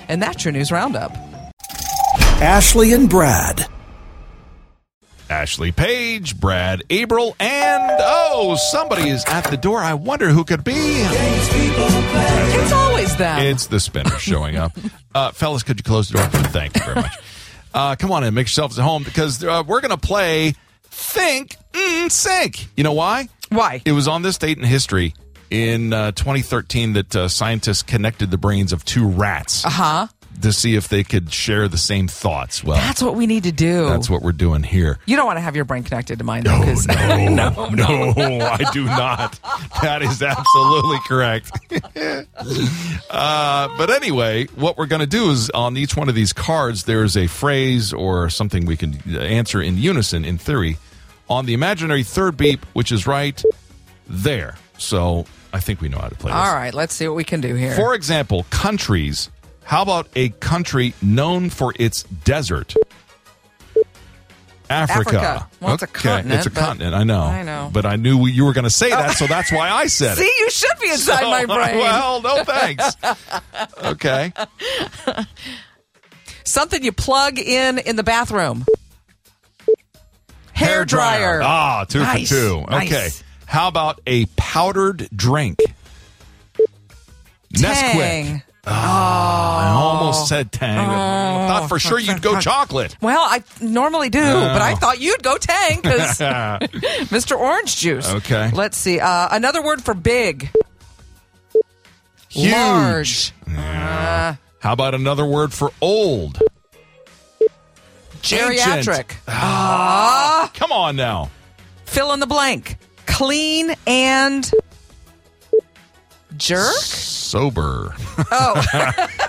[SPEAKER 2] And that's your news roundup.
[SPEAKER 4] Ashley and Brad.
[SPEAKER 1] Ashley Page, Brad Abril, and oh, somebody is at the door. I wonder who could be.
[SPEAKER 2] It's always them.
[SPEAKER 1] It's the spinner showing up. Uh, fellas, could you close the door? Thank you very much. Uh, come on in, make yourselves at home because uh, we're going to play Think mm, Sync. You know why?
[SPEAKER 2] Why?
[SPEAKER 1] It was on this date in history in uh, 2013 that uh, scientists connected the brains of two rats
[SPEAKER 2] huh?
[SPEAKER 1] to see if they could share the same thoughts. Well,
[SPEAKER 2] That's what we need to do.
[SPEAKER 1] that's what we're doing here.
[SPEAKER 2] You don't want to have your brain connected to mine, though, 'cause-
[SPEAKER 1] no, no, I do not. That is absolutely correct. uh, but anyway, what we're going to do is on each one of these cards, there's a phrase or something we can answer in unison, in theory, on the imaginary third beep, which is right there. So I think we know how to play this.
[SPEAKER 2] All right, let's see what we can do here.
[SPEAKER 1] For example, countries. How about a country known for its desert? Africa.
[SPEAKER 2] Africa. Well, it's a continent,
[SPEAKER 1] It's a
[SPEAKER 2] but-
[SPEAKER 1] continent. I know.
[SPEAKER 2] I know.
[SPEAKER 1] But I knew you were going to say that, so that's why I said
[SPEAKER 2] See,
[SPEAKER 1] it.
[SPEAKER 2] you should be inside
[SPEAKER 1] So,
[SPEAKER 2] my brain.
[SPEAKER 1] Well, no thanks. okay.
[SPEAKER 2] Something you plug in in the bathroom. Hair dryer.
[SPEAKER 1] Ah, two
[SPEAKER 2] Nice,
[SPEAKER 1] for two.
[SPEAKER 2] nice.
[SPEAKER 1] Okay. How about a powdered drink? Nesquik.
[SPEAKER 2] Tang. Oh.
[SPEAKER 1] I almost said tang. Thought for sure you'd go chocolate.
[SPEAKER 2] Well, I normally do, but
[SPEAKER 1] Oh.
[SPEAKER 2] I thought you'd go Tang because Mr. Orange Juice.
[SPEAKER 1] Okay.
[SPEAKER 2] Let's see. Uh, another word for big.
[SPEAKER 1] Huge.
[SPEAKER 2] Large.
[SPEAKER 1] How about another word for old?
[SPEAKER 2] Geriatric.
[SPEAKER 1] Ancient. Come on now.
[SPEAKER 2] Fill in the blank. Clean and jerk.
[SPEAKER 1] Sober. Oh.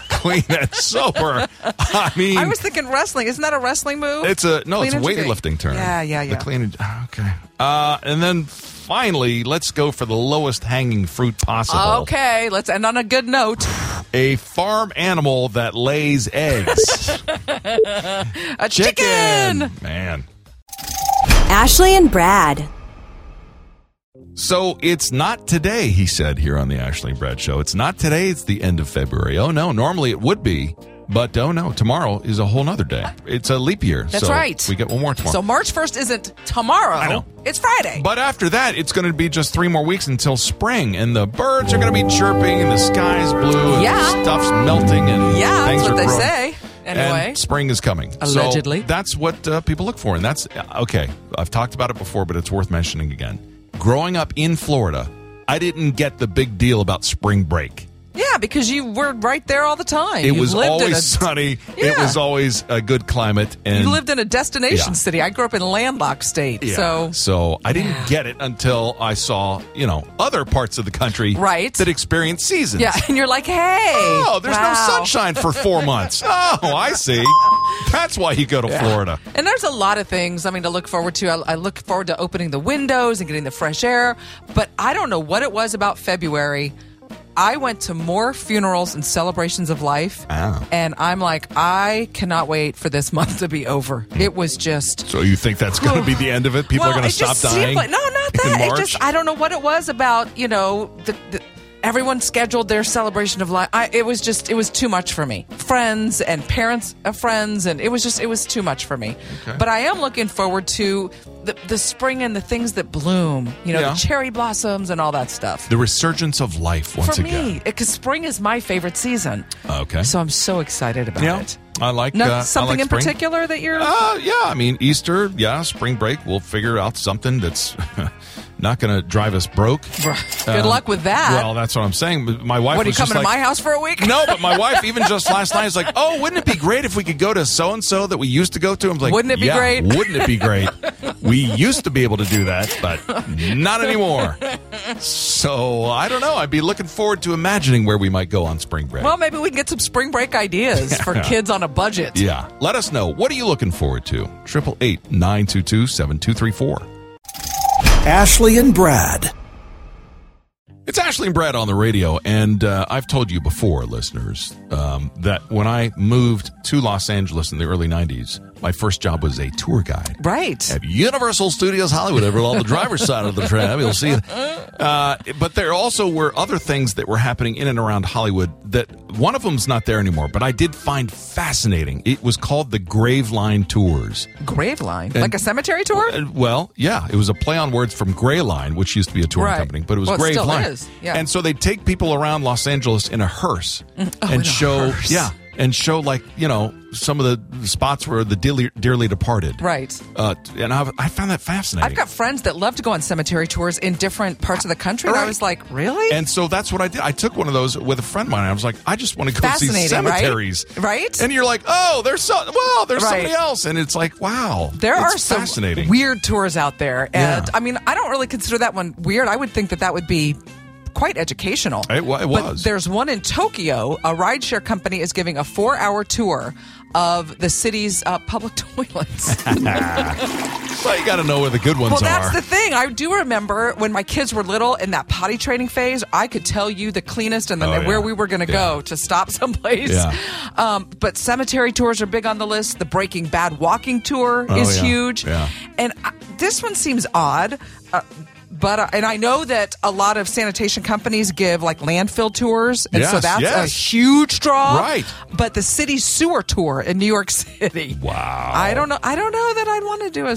[SPEAKER 1] Clean and sober. I mean,
[SPEAKER 2] I was thinking wrestling. Isn't that a wrestling move?
[SPEAKER 1] it's a no, it's a
[SPEAKER 2] Clean and
[SPEAKER 1] weightlifting
[SPEAKER 2] jerk.
[SPEAKER 1] term.
[SPEAKER 2] Yeah, yeah, yeah.
[SPEAKER 1] The clean and, okay. Uh, and then finally, let's go for the lowest hanging fruit possible.
[SPEAKER 2] Okay, let's end on a good note.
[SPEAKER 1] A farm animal that lays eggs.
[SPEAKER 2] A chicken.
[SPEAKER 1] Man.
[SPEAKER 6] Ashley and Brad.
[SPEAKER 1] So it's not today, he said here on the Ashley and Brad Show. It's not today, it's the end of February. Oh no, normally it would be, but oh no, tomorrow is a whole nother day. It's a leap year.
[SPEAKER 2] That's
[SPEAKER 1] so
[SPEAKER 2] right.
[SPEAKER 1] We get one more tomorrow.
[SPEAKER 2] So March 1st isn't tomorrow.
[SPEAKER 1] I know.
[SPEAKER 2] It's Friday.
[SPEAKER 1] but after that, it's going to be just three more weeks until spring, and the birds are going to be chirping, and the sky's blue, and
[SPEAKER 2] Yeah.
[SPEAKER 1] stuff's melting, and
[SPEAKER 2] yeah,
[SPEAKER 1] things
[SPEAKER 2] that's what
[SPEAKER 1] are
[SPEAKER 2] they
[SPEAKER 1] growing.
[SPEAKER 2] say. Anyway.
[SPEAKER 1] And spring is coming. So
[SPEAKER 2] Allegedly.
[SPEAKER 1] that's what uh, people look for. And that's uh, okay. I've talked about it before, but it's worth mentioning again. Growing up in Florida, I didn't get the big deal about spring break.
[SPEAKER 2] yeah, because you were right there all the time.
[SPEAKER 1] It
[SPEAKER 2] you
[SPEAKER 1] was
[SPEAKER 2] lived in
[SPEAKER 1] always
[SPEAKER 2] a,
[SPEAKER 1] sunny. It
[SPEAKER 2] Yeah.
[SPEAKER 1] was always a good climate. And
[SPEAKER 2] You lived in a destination
[SPEAKER 1] Yeah.
[SPEAKER 2] city. I grew up in a landlocked state.
[SPEAKER 1] Yeah.
[SPEAKER 2] So
[SPEAKER 1] so I didn't get it until I saw, you know, other parts of the country
[SPEAKER 2] Right.
[SPEAKER 1] that experience seasons.
[SPEAKER 2] yeah, and you're like, hey,
[SPEAKER 1] Oh, there's
[SPEAKER 2] wow.
[SPEAKER 1] no sunshine for four months. Oh, I see. That's why you go to Florida.
[SPEAKER 2] And there's a lot of things, I mean, to look forward to. I, I look forward to opening the windows and getting the fresh air. But I don't know what it was about February. I went to more funerals and celebrations of life.
[SPEAKER 1] Oh.
[SPEAKER 2] And I'm like, I cannot wait for this month to be over. It was just.
[SPEAKER 1] So you think that's going to be the end of it? People
[SPEAKER 2] well,
[SPEAKER 1] are going
[SPEAKER 2] it
[SPEAKER 1] to stop
[SPEAKER 2] just seemed
[SPEAKER 1] dying?
[SPEAKER 2] Like, no, not
[SPEAKER 1] in
[SPEAKER 2] that. It
[SPEAKER 1] March?
[SPEAKER 2] just, I don't know what it was about, you know, the. the Everyone scheduled their celebration of life. I, it was just, it was too much for me. Friends and parents of friends, and it was just, it was too much for me. But I am looking forward to the, the spring and the things that bloom, you know,
[SPEAKER 1] Yeah.
[SPEAKER 2] the cherry blossoms and all that stuff.
[SPEAKER 1] The resurgence of life once
[SPEAKER 2] for
[SPEAKER 1] again.
[SPEAKER 2] me, because spring is my favorite season.
[SPEAKER 1] Okay.
[SPEAKER 2] So I'm so excited about
[SPEAKER 1] yeah,
[SPEAKER 2] it.
[SPEAKER 1] I like
[SPEAKER 2] No,
[SPEAKER 1] uh, I
[SPEAKER 2] something
[SPEAKER 1] like
[SPEAKER 2] in
[SPEAKER 1] spring.
[SPEAKER 2] particular that you're.
[SPEAKER 1] Uh, yeah, I mean Easter, yeah, spring break. We'll figure out something that's not going to drive us broke.
[SPEAKER 2] Good luck with that.
[SPEAKER 1] Um, Well, that's what I'm saying. My wife
[SPEAKER 2] what are you
[SPEAKER 1] was just
[SPEAKER 2] coming to
[SPEAKER 1] like-
[SPEAKER 2] my house for a week?
[SPEAKER 1] No, but my wife even just last night was like, "Oh, wouldn't it be great if we could go to so and so that we used to go to?" I'm like,
[SPEAKER 2] Wouldn't it be
[SPEAKER 1] "Yeah,
[SPEAKER 2] great?"
[SPEAKER 1] Wouldn't it be great? We used to be able to do that, but not anymore. So I don't know. I'd be looking forward to imagining where we might go on spring break.
[SPEAKER 2] Well, maybe we can get some spring break ideas for kids on a budget.
[SPEAKER 1] yeah, let us know. What are you looking forward to? Triple eight nine two two seven two three four.
[SPEAKER 4] Ashley and Brad.
[SPEAKER 1] It's Ashley and Brad on the radio, and uh, I've told you before, listeners, um, that when I moved to Los Angeles in the early '90s, my first job was a tour guide.
[SPEAKER 2] Right.
[SPEAKER 1] at Universal Studios Hollywood over on the driver's side of the tram. You'll see. Uh, but there also were other things that were happening in and around Hollywood that one of them's not there anymore, but I did find fascinating. It was called the Graveline Tours.
[SPEAKER 2] Graveline. like a cemetery tour?
[SPEAKER 1] Uh, Well, yeah, it was a play on words from Gray Line, which used to be a touring
[SPEAKER 2] Right.
[SPEAKER 1] company, but it was
[SPEAKER 2] Well, it
[SPEAKER 1] Grave
[SPEAKER 2] still
[SPEAKER 1] Line.
[SPEAKER 2] is, yeah. Mm,
[SPEAKER 1] And so they take people around Los Angeles in a hearse and show,
[SPEAKER 2] oh, hearse.
[SPEAKER 1] yeah, and show like you know some of the spots where the dearly, dearly departed,
[SPEAKER 2] Right.
[SPEAKER 1] Uh, and I've, I found that fascinating.
[SPEAKER 2] I've got friends that love to go on cemetery tours in different parts of the country. And I
[SPEAKER 1] Right.
[SPEAKER 2] was like, really?
[SPEAKER 1] And so that's what I did. I took one of those with a friend of mine. I was like, I just want to go see
[SPEAKER 2] Fascinating, right?
[SPEAKER 1] cemeteries,
[SPEAKER 2] Right?
[SPEAKER 1] And you're like, oh, there's so well, there's
[SPEAKER 2] Right.
[SPEAKER 1] somebody else, and it's like, wow,
[SPEAKER 2] there
[SPEAKER 1] it's
[SPEAKER 2] are some
[SPEAKER 1] fascinating.
[SPEAKER 2] weird tours out there. And
[SPEAKER 1] Yeah.
[SPEAKER 2] I mean, I don't really consider that one weird. I would think that that would be quite educational.
[SPEAKER 1] It wa- it
[SPEAKER 2] But
[SPEAKER 1] was.
[SPEAKER 2] there's one in Tokyo. A rideshare company is giving a four hour tour of the city's uh, public toilets.
[SPEAKER 1] Well, you got to know where the good ones
[SPEAKER 2] Well, that's
[SPEAKER 1] are.
[SPEAKER 2] the thing. I do remember when my kids were little in that potty training phase, I could tell you the cleanest and then
[SPEAKER 1] Oh,
[SPEAKER 2] the- where
[SPEAKER 1] yeah.
[SPEAKER 2] we were going to
[SPEAKER 1] Yeah.
[SPEAKER 2] go to stop someplace.
[SPEAKER 1] Yeah.
[SPEAKER 2] Um, but cemetery tours are big on the list. The Breaking Bad walking tour
[SPEAKER 1] Oh,
[SPEAKER 2] is
[SPEAKER 1] yeah.
[SPEAKER 2] huge.
[SPEAKER 1] Yeah.
[SPEAKER 2] And I, this one seems odd. Uh, but uh, and I know that a lot of sanitation companies give like landfill tours, and so
[SPEAKER 1] Yes,
[SPEAKER 2] that's a
[SPEAKER 1] yes.
[SPEAKER 2] huge draw.
[SPEAKER 1] Right.
[SPEAKER 2] But the city sewer tour in New York City.
[SPEAKER 1] Wow.
[SPEAKER 2] I don't know. I don't know that I'd want to do a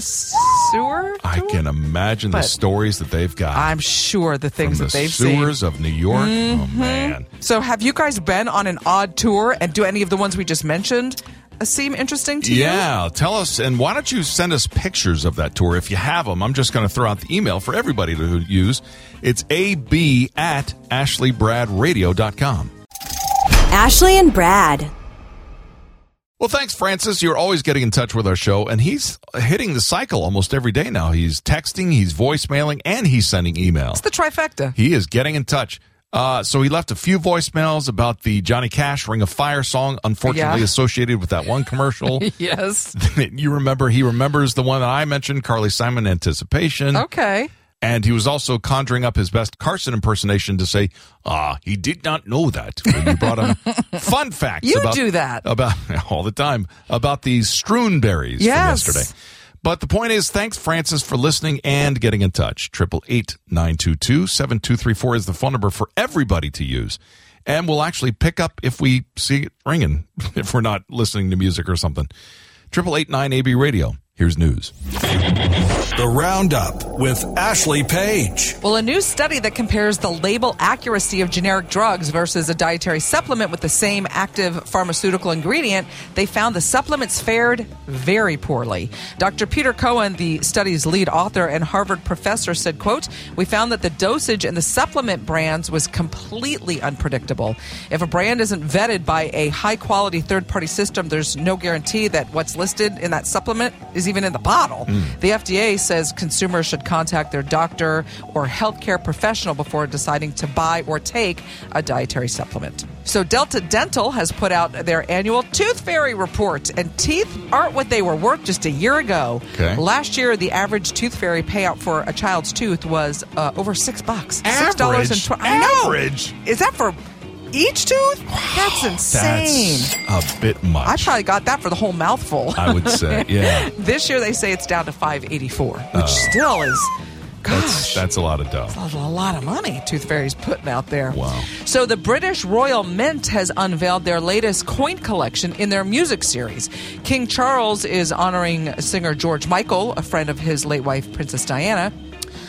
[SPEAKER 1] Oh.
[SPEAKER 2] sewer.
[SPEAKER 1] I
[SPEAKER 2] tour.
[SPEAKER 1] can imagine the
[SPEAKER 2] But-
[SPEAKER 1] stories that they've got.
[SPEAKER 2] I'm sure the
[SPEAKER 1] from
[SPEAKER 2] things
[SPEAKER 1] the
[SPEAKER 2] that they've Mm-hmm.
[SPEAKER 1] sewers of New York. Oh man.
[SPEAKER 2] seen. So, have you guys been on an odd tour? And do any of the ones we just mentioned uh, seem interesting to you?
[SPEAKER 1] Yeah, tell us, and why don't you send us pictures of that tour if you have them? I'm just going to throw out the email for everybody to use. It's ab at ashleybradradio.com.
[SPEAKER 6] Ashley and Brad.
[SPEAKER 1] Well, thanks, Francis. You're always getting in touch with our show, and he's hitting the cycle almost every day now. He's texting, he's voicemailing, and he's sending email.
[SPEAKER 2] It's the trifecta.
[SPEAKER 1] He is getting in touch. Uh, so he left a few voicemails about the Johnny Cash Ring of Fire song, unfortunately
[SPEAKER 2] Yeah.
[SPEAKER 1] associated with that one commercial.
[SPEAKER 2] Yes.
[SPEAKER 1] you remember, he remembers the one that I mentioned, Carly Simon Anticipation.
[SPEAKER 2] Okay.
[SPEAKER 1] And he was also conjuring up his best Carson impersonation to say, "Ah, he did not know that." When you brought him fun facts,
[SPEAKER 2] You
[SPEAKER 1] about,
[SPEAKER 2] do that.
[SPEAKER 1] about all the time about these strewn berries
[SPEAKER 2] Yes.
[SPEAKER 1] from yesterday. But the point is, thanks Francis for listening and getting in touch. Triple eight nine two two seven two three four is the phone number for everybody to use, and we'll actually pick up if we see it ringing, if we're not listening to music or something. Triple eight nine AB Radio. Here's news.
[SPEAKER 4] The Roundup with Ashley Page.
[SPEAKER 2] Well, a new study that compares the label accuracy of generic drugs versus a dietary supplement with the same active pharmaceutical ingredient, they found the supplements fared very poorly. Dr. Peter Cohen, the study's lead author and Harvard professor, said, quote, "We found that the dosage in the supplement brands was completely unpredictable. If a brand isn't vetted by a high-quality third-party system, there's no guarantee that what's listed in that supplement is even in the bottle."
[SPEAKER 1] Hmm.
[SPEAKER 2] The FDA says consumers should contact their doctor or healthcare professional before deciding to buy or take a dietary supplement. So, Delta Dental has put out their annual Tooth Fairy report, and teeth aren't what they were worth just a year ago.
[SPEAKER 1] Okay.
[SPEAKER 2] Last year, the average Tooth Fairy payout for a child's tooth was uh, over six bucks. Six dollars and twenty.
[SPEAKER 1] Average?
[SPEAKER 2] Is that for each tooth? That's insane.
[SPEAKER 1] That's a bit much.
[SPEAKER 2] I probably got that for the whole mouthful.
[SPEAKER 1] I would say, yeah.
[SPEAKER 2] This year they say it's down to 584, which still is
[SPEAKER 1] That's, that's a lot of dough.
[SPEAKER 2] That's a lot of money Tooth Fairy's putting out there.
[SPEAKER 1] Wow.
[SPEAKER 2] So the British Royal Mint has unveiled their latest coin collection in their music series. King Charles is honoring singer George Michael, a friend of his late wife Princess Diana.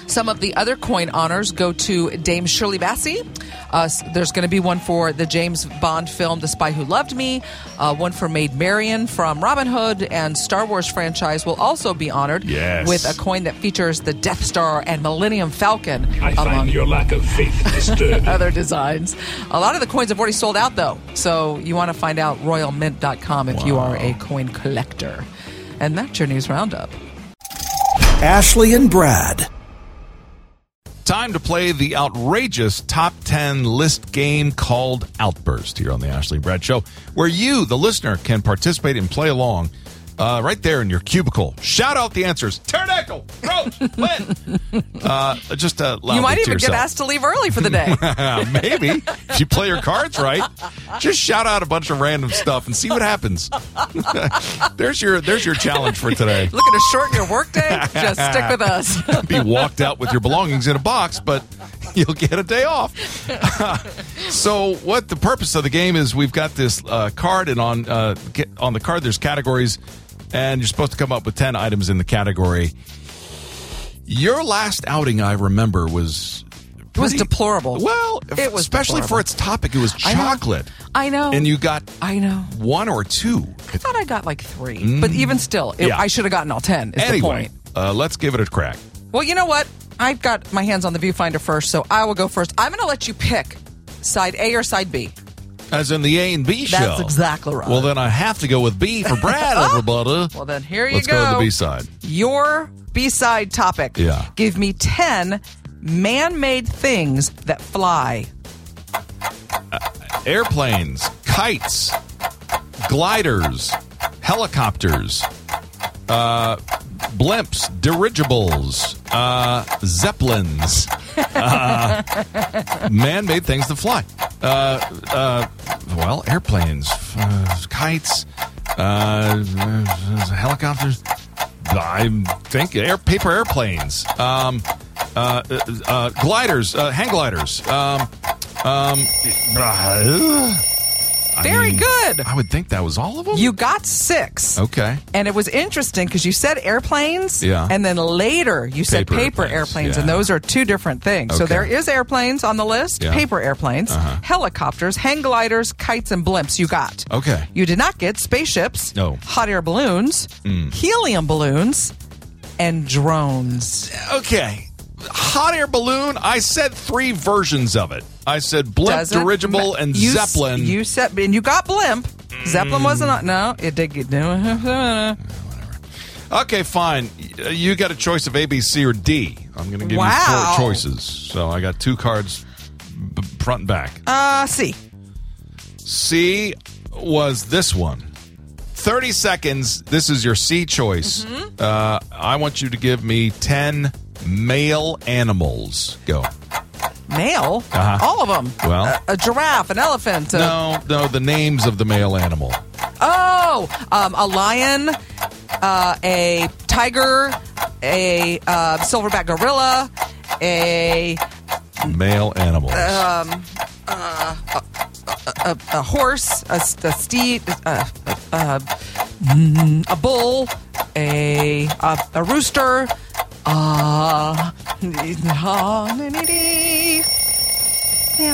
[SPEAKER 2] Some of the other coin honors go to Dame Shirley Bassey. Uh, s- there's going to be one for the James Bond film The Spy Who Loved Me, uh, one for Maid Marian from Robin Hood, and Star Wars franchise will also be honored
[SPEAKER 1] Yes.
[SPEAKER 2] with a coin that features the Death Star and Millennium Falcon
[SPEAKER 8] I
[SPEAKER 2] among
[SPEAKER 8] find your lack of faith disturbing.
[SPEAKER 2] other designs. A lot of the coins have already sold out, though. So you want to find out royalmint.com if you are a coin collector. And that's your news roundup.
[SPEAKER 4] Ashley and Brad.
[SPEAKER 1] Time to play the outrageous top 10 list game called Outburst here on the Ashley and Brad Show, where you, the listener, can participate and play along uh, right there in your cubicle. Shout out the answers. Pterodactyl, roach, lint. Uh, just uh, loudly
[SPEAKER 2] you might
[SPEAKER 1] to
[SPEAKER 2] even get
[SPEAKER 1] yourself.
[SPEAKER 2] asked to leave early for the day.
[SPEAKER 1] Uh, maybe if you play your cards right, just shout out a bunch of random stuff and see what happens. there's your there's your challenge for today.
[SPEAKER 2] Looking to shorten your workday? Just stick with us.
[SPEAKER 1] be walked out with your belongings in a box, but you'll get a day off. so, what the purpose of the game is? We've got this uh, card, and on uh, ca- on the card there's categories, and you're supposed to come up with ten items in the category. Your last outing, I remember, was.
[SPEAKER 2] It was
[SPEAKER 1] pretty-
[SPEAKER 2] deplorable.
[SPEAKER 1] Well,
[SPEAKER 2] It was
[SPEAKER 1] especially for
[SPEAKER 2] deplorable.
[SPEAKER 1] its topic. It was
[SPEAKER 2] I know.
[SPEAKER 1] chocolate,
[SPEAKER 2] I know.
[SPEAKER 1] and you got
[SPEAKER 2] I know.
[SPEAKER 1] one or two.
[SPEAKER 2] I thought I got like three, but even still, it,
[SPEAKER 1] Mm. Yeah.
[SPEAKER 2] I should have gotten all 10 is the
[SPEAKER 1] Anyway,
[SPEAKER 2] point.
[SPEAKER 1] uh, let's give it a crack.
[SPEAKER 2] Well, you know what? I've got my hands on the viewfinder first, so I will go first. I'm going to let you pick side A or side B.
[SPEAKER 1] As in the A and B show.
[SPEAKER 2] That's exactly right.
[SPEAKER 1] Well, then I have to go with B for Brad, everybody.
[SPEAKER 2] Well, then here you
[SPEAKER 1] Let's
[SPEAKER 2] go.
[SPEAKER 1] go. to the B side.
[SPEAKER 2] your B-side topic.
[SPEAKER 1] Yeah.
[SPEAKER 2] Give me 10 man-made things that fly.
[SPEAKER 1] Airplanes, kites, gliders, helicopters, uh, blimps, dirigibles, uh, zeppelins, uh, man-made things that fly. Uh, uh, well, airplanes, uh, kites, uh, helicopters. I think air, paper airplanes, um, uh, uh, uh, gliders, uh, hang gliders. Um, um,
[SPEAKER 2] Very good.
[SPEAKER 1] I would think that was all of them.
[SPEAKER 2] You got 6.
[SPEAKER 1] okay?
[SPEAKER 2] And it was interesting because you said airplanes,
[SPEAKER 1] Oh. Yeah.
[SPEAKER 2] and then later you said
[SPEAKER 1] Paper
[SPEAKER 2] paper
[SPEAKER 1] airplanes,
[SPEAKER 2] airplanes,
[SPEAKER 1] yeah.
[SPEAKER 2] and those are two different things. So
[SPEAKER 1] Okay.
[SPEAKER 2] there is airplanes on the list,
[SPEAKER 1] Yeah. Uh-huh.
[SPEAKER 2] paper airplanes, helicopters, hang gliders, kites, and blimps. You got
[SPEAKER 1] Okay.
[SPEAKER 2] You did not get spaceships,
[SPEAKER 1] No. Mm.
[SPEAKER 2] hot air balloons, helium balloons, and drones.
[SPEAKER 1] Okay. Hot air balloon. I said three versions of it. I said blimp,
[SPEAKER 2] Doesn't
[SPEAKER 1] dirigible,
[SPEAKER 2] ma-
[SPEAKER 1] and
[SPEAKER 2] you s-
[SPEAKER 1] zeppelin. Mm.
[SPEAKER 2] You said, and you got blimp. Zeppelin wasn't on. No, it did get. No.
[SPEAKER 1] okay, fine. Y- You got a choice of A, B, C, or D. I'm going to give
[SPEAKER 2] Wow.
[SPEAKER 1] you four choices. So I got two cards, b- front and back.
[SPEAKER 2] Uh, C.
[SPEAKER 1] C was this one. 30 seconds. This is your C choice.
[SPEAKER 2] Mm-hmm.
[SPEAKER 1] Uh, I want you to give me 10 male animals. Go.
[SPEAKER 2] Male. All of them.
[SPEAKER 1] Uh-huh. Well.
[SPEAKER 2] a, a giraffe, an elephant. a-
[SPEAKER 1] No, no, the names of the male animal.
[SPEAKER 2] oh, um, a lion, uh, a tiger, a uh, silverback gorilla, a
[SPEAKER 1] Male animals.
[SPEAKER 2] a horse, a, s- a steed, uh, uh, mm, a bull, a a, a rooster. Uh, man,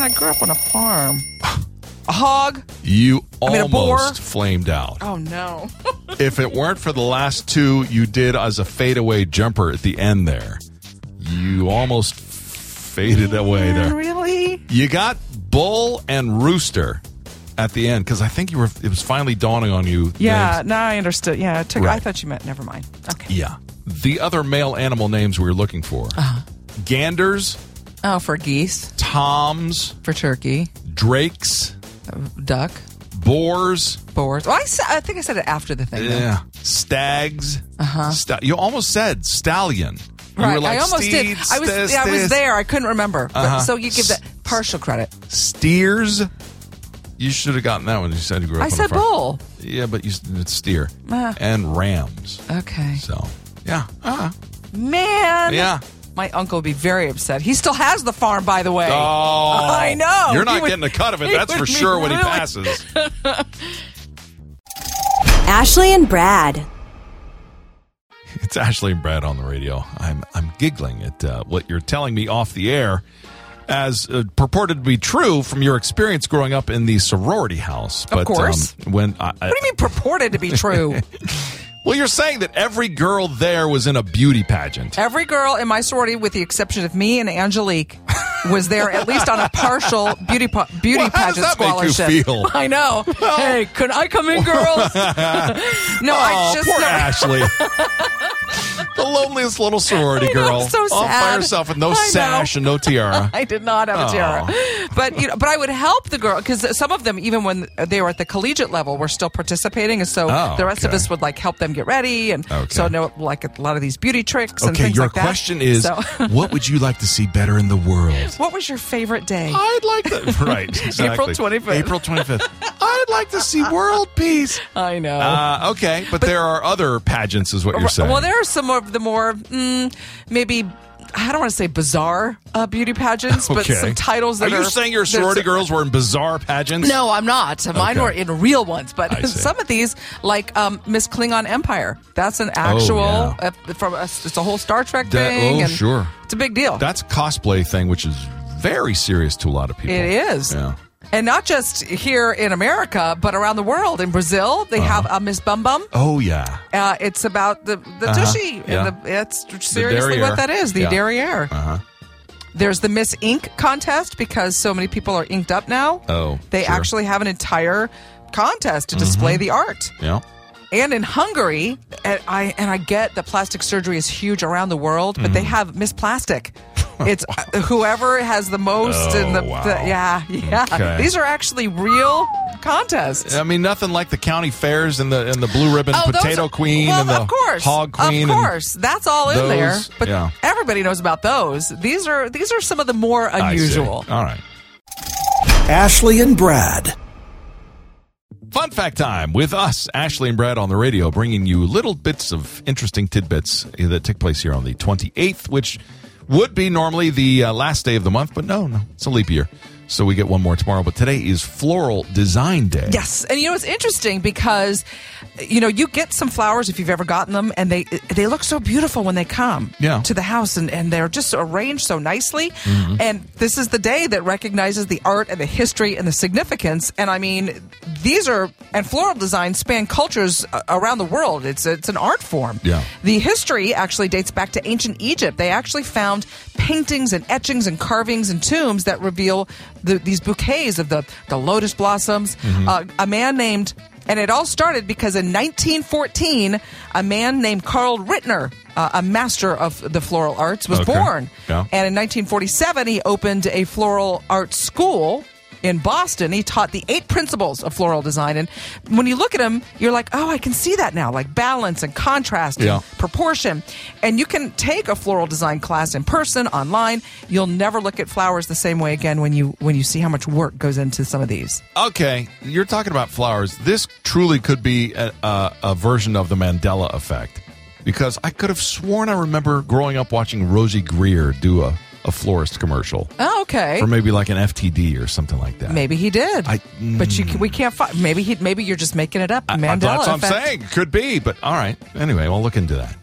[SPEAKER 2] I grew up on a farm. A hog?
[SPEAKER 1] you
[SPEAKER 2] mean, a boar?
[SPEAKER 1] almost flamed out.
[SPEAKER 2] Oh no!
[SPEAKER 1] If it weren't for the last two you did as a fadeaway jumper at the end there, you almost faded away there.
[SPEAKER 2] really?
[SPEAKER 1] You got bull and rooster at the end because I think you were. It was finally dawning on you.
[SPEAKER 2] Yeah.
[SPEAKER 1] that-
[SPEAKER 2] No, I understood. Yeah, it took, I
[SPEAKER 1] Right.
[SPEAKER 2] thought you meant. Never mind. Okay.
[SPEAKER 1] yeah. The other male animal names we were looking for:
[SPEAKER 2] Uh-huh.
[SPEAKER 1] ganders,
[SPEAKER 2] Oh, for geese,
[SPEAKER 1] toms,
[SPEAKER 2] for turkey,
[SPEAKER 1] drakes,
[SPEAKER 2] duck,
[SPEAKER 1] boars.
[SPEAKER 2] boars. Well, I, sa- I think I said it after the thing. though.
[SPEAKER 1] Yeah. Stags. Uh-huh. you almost said stallion. You
[SPEAKER 2] Right.
[SPEAKER 1] were like,
[SPEAKER 2] I almost
[SPEAKER 1] steed,
[SPEAKER 2] did. I was.
[SPEAKER 1] stis,
[SPEAKER 2] yeah, I was
[SPEAKER 1] stis.
[SPEAKER 2] there. I couldn't remember. But-
[SPEAKER 1] Uh-huh.
[SPEAKER 2] so you give that partial credit.
[SPEAKER 1] Steers. You should have gotten that one. You said you grew up.
[SPEAKER 2] I
[SPEAKER 1] on a
[SPEAKER 2] said
[SPEAKER 1] farm.
[SPEAKER 2] bull.
[SPEAKER 1] Yeah, but you said it's steer
[SPEAKER 2] Ah.
[SPEAKER 1] and rams.
[SPEAKER 2] Okay.
[SPEAKER 1] So yeah, uh
[SPEAKER 2] Man.
[SPEAKER 1] yeah.
[SPEAKER 2] My uncle would be very upset. He still has the farm, by the way.
[SPEAKER 1] Oh,
[SPEAKER 2] I know.
[SPEAKER 1] You're not
[SPEAKER 2] He would-
[SPEAKER 1] getting a cut of it.
[SPEAKER 2] he
[SPEAKER 1] That's for
[SPEAKER 2] would be
[SPEAKER 1] sure when he
[SPEAKER 2] really-
[SPEAKER 1] passes.
[SPEAKER 6] Ashley and Brad.
[SPEAKER 1] It's Ashley and Brad on the radio. I'm I'm giggling at uh, what you're telling me off the air, as uh, purported to be true from your experience growing up in the sorority house. But
[SPEAKER 2] course.
[SPEAKER 1] Um, when I, I,
[SPEAKER 2] What do you mean purported to be true?
[SPEAKER 1] well, you're saying that every girl there was in a beauty pageant.
[SPEAKER 2] Every girl in my sorority, with the exception of me and Angelique, was there at least on a partial beauty pa- beauty
[SPEAKER 1] Well, how does
[SPEAKER 2] pageant
[SPEAKER 1] that make you
[SPEAKER 2] scholarship.
[SPEAKER 1] feel?
[SPEAKER 2] I know. hey, can I come in, girls? no, I
[SPEAKER 1] oh,
[SPEAKER 2] just
[SPEAKER 1] poor
[SPEAKER 2] no.
[SPEAKER 1] Ashley. the loneliest little sorority
[SPEAKER 2] I know,
[SPEAKER 1] girl,
[SPEAKER 2] it's so
[SPEAKER 1] all by
[SPEAKER 2] sad.
[SPEAKER 1] herself with no
[SPEAKER 2] I know.
[SPEAKER 1] sash and no tiara.
[SPEAKER 2] I did not have a tiara, but you know, but I would help the girl because some of them, even when they were at the collegiate level, were still participating, and so
[SPEAKER 1] Oh,
[SPEAKER 2] the rest of
[SPEAKER 1] okay.
[SPEAKER 2] us would like help them get ready, and
[SPEAKER 1] Okay.
[SPEAKER 2] so know like a lot of these beauty tricks and
[SPEAKER 1] okay,
[SPEAKER 2] things
[SPEAKER 1] your
[SPEAKER 2] like that.
[SPEAKER 1] question is,
[SPEAKER 2] So-
[SPEAKER 1] what would you like to see better in the world?
[SPEAKER 2] what was your favorite day?
[SPEAKER 1] I'd like to. Right. Exactly.
[SPEAKER 2] 25th.
[SPEAKER 1] April 25th. I'd like to see world peace.
[SPEAKER 2] I know.
[SPEAKER 1] Uh, okay, but, there are other pageants, is what you're saying.
[SPEAKER 2] Well, there are some of the more mm, maybe I don't want to say bizarre uh, beauty pageants, but
[SPEAKER 1] Okay.
[SPEAKER 2] some titles that
[SPEAKER 1] are
[SPEAKER 2] are.
[SPEAKER 1] you saying your
[SPEAKER 2] there's-
[SPEAKER 1] sorority girls were in bizarre pageants?
[SPEAKER 2] No, I'm not. Mine
[SPEAKER 1] Okay.
[SPEAKER 2] were in real ones,
[SPEAKER 1] I
[SPEAKER 2] but
[SPEAKER 1] see.
[SPEAKER 2] some of these, like um, Miss Klingon Empire, that's an actual
[SPEAKER 1] Oh, yeah.
[SPEAKER 2] uh, from a, it's a whole Star Trek
[SPEAKER 1] That-
[SPEAKER 2] thing.
[SPEAKER 1] oh,
[SPEAKER 2] and
[SPEAKER 1] sure.
[SPEAKER 2] it's a big deal.
[SPEAKER 1] That's a cosplay thing, which is very serious to a lot of people.
[SPEAKER 2] It is.
[SPEAKER 1] Yeah.
[SPEAKER 2] And not just here in America, but around the world. In Brazil, they have uh, Miss Bum Bum.
[SPEAKER 1] Uh-huh. Oh, yeah.
[SPEAKER 2] Uh, it's about the the tushy.
[SPEAKER 1] yeah.
[SPEAKER 2] And the, that's seriously
[SPEAKER 1] derriere.
[SPEAKER 2] what that is. The
[SPEAKER 1] Yeah. Uh-huh.
[SPEAKER 2] derriere. There's the Miss Ink contest because so many people are inked up now.
[SPEAKER 1] Oh,
[SPEAKER 2] they
[SPEAKER 1] sure. Mm-hmm.
[SPEAKER 2] actually have an entire contest to display the art.
[SPEAKER 1] Yeah.
[SPEAKER 2] And in Hungary, and I and I get that plastic surgery is huge around the world, but
[SPEAKER 1] Mm-hmm.
[SPEAKER 2] they have Miss Plastic. It's eh, whoever has the most and the,
[SPEAKER 1] Oh, wow.
[SPEAKER 2] the yeah yeah.
[SPEAKER 1] Okay.
[SPEAKER 2] These are actually real contests. Oh,
[SPEAKER 1] I mean, nothing like the county fairs and the and the blue ribbon
[SPEAKER 2] those
[SPEAKER 1] potato
[SPEAKER 2] are-
[SPEAKER 1] queen
[SPEAKER 2] well,
[SPEAKER 1] and the
[SPEAKER 2] of course,
[SPEAKER 1] hog queen.
[SPEAKER 2] Of
[SPEAKER 1] and-
[SPEAKER 2] course, that's all in
[SPEAKER 1] those,
[SPEAKER 2] there. But
[SPEAKER 1] yeah.
[SPEAKER 2] everybody knows about those. These are these are some of the more
[SPEAKER 1] I see.
[SPEAKER 2] unusual.
[SPEAKER 1] All right.
[SPEAKER 4] Ashley and Brad.
[SPEAKER 1] Fun fact time with us, Ashley and Brad on the radio, bringing you little bits of interesting tidbits that take place here on the 28th, which would be normally the uh, last day of the month, but no, no, it's a leap year. So we get one more tomorrow, but today is Floral Design Day.
[SPEAKER 2] Yes, and you know it's interesting because you know you get some flowers if you've ever gotten them, and they they look so beautiful when they come
[SPEAKER 1] Yeah. Mm-hmm.
[SPEAKER 2] to the house, and, and they're just arranged so nicely. And this is the day that recognizes the art and the history and the significance. And I mean, these are and floral design span cultures uh, around the world. It's it's an art form.
[SPEAKER 1] Yeah.
[SPEAKER 2] The history actually dates back to ancient Egypt. They actually found paintings and etchings and carvings and tombs that reveal the, these bouquets of the, the lotus blossoms.
[SPEAKER 1] Mm-hmm.
[SPEAKER 2] Uh, a man named, and it all started because in 1914, a man named Karl Rittner, uh, a master of the floral arts, was
[SPEAKER 1] Okay.
[SPEAKER 2] born.
[SPEAKER 1] Yeah.
[SPEAKER 2] And in 1947, he opened a floral art school in Boston. He taught the eight principles of floral design. And when you look at him, you're like, oh, I can see that now, like balance and contrast
[SPEAKER 1] Yeah.
[SPEAKER 2] and proportion. And you can take a floral design class in person, online. You'll never look at flowers the same way again when you when you see how much work goes into some of these.
[SPEAKER 1] Okay, you're talking about flowers. This truly could be a, a, a version of the Mandela effect because I could have sworn I remember growing up watching Rosie Greer do a, a florist commercial
[SPEAKER 2] Oh, okay.
[SPEAKER 1] or maybe like an FTD or something like that.
[SPEAKER 2] Maybe he did,
[SPEAKER 1] I- Mm.
[SPEAKER 2] but you, can- we can't find. Maybe he, maybe you're just making it up.
[SPEAKER 1] I- I-
[SPEAKER 2] Mandela
[SPEAKER 1] That's what I'm
[SPEAKER 2] effect.
[SPEAKER 1] saying. Could be, but all right. Anyway, we'll look into that.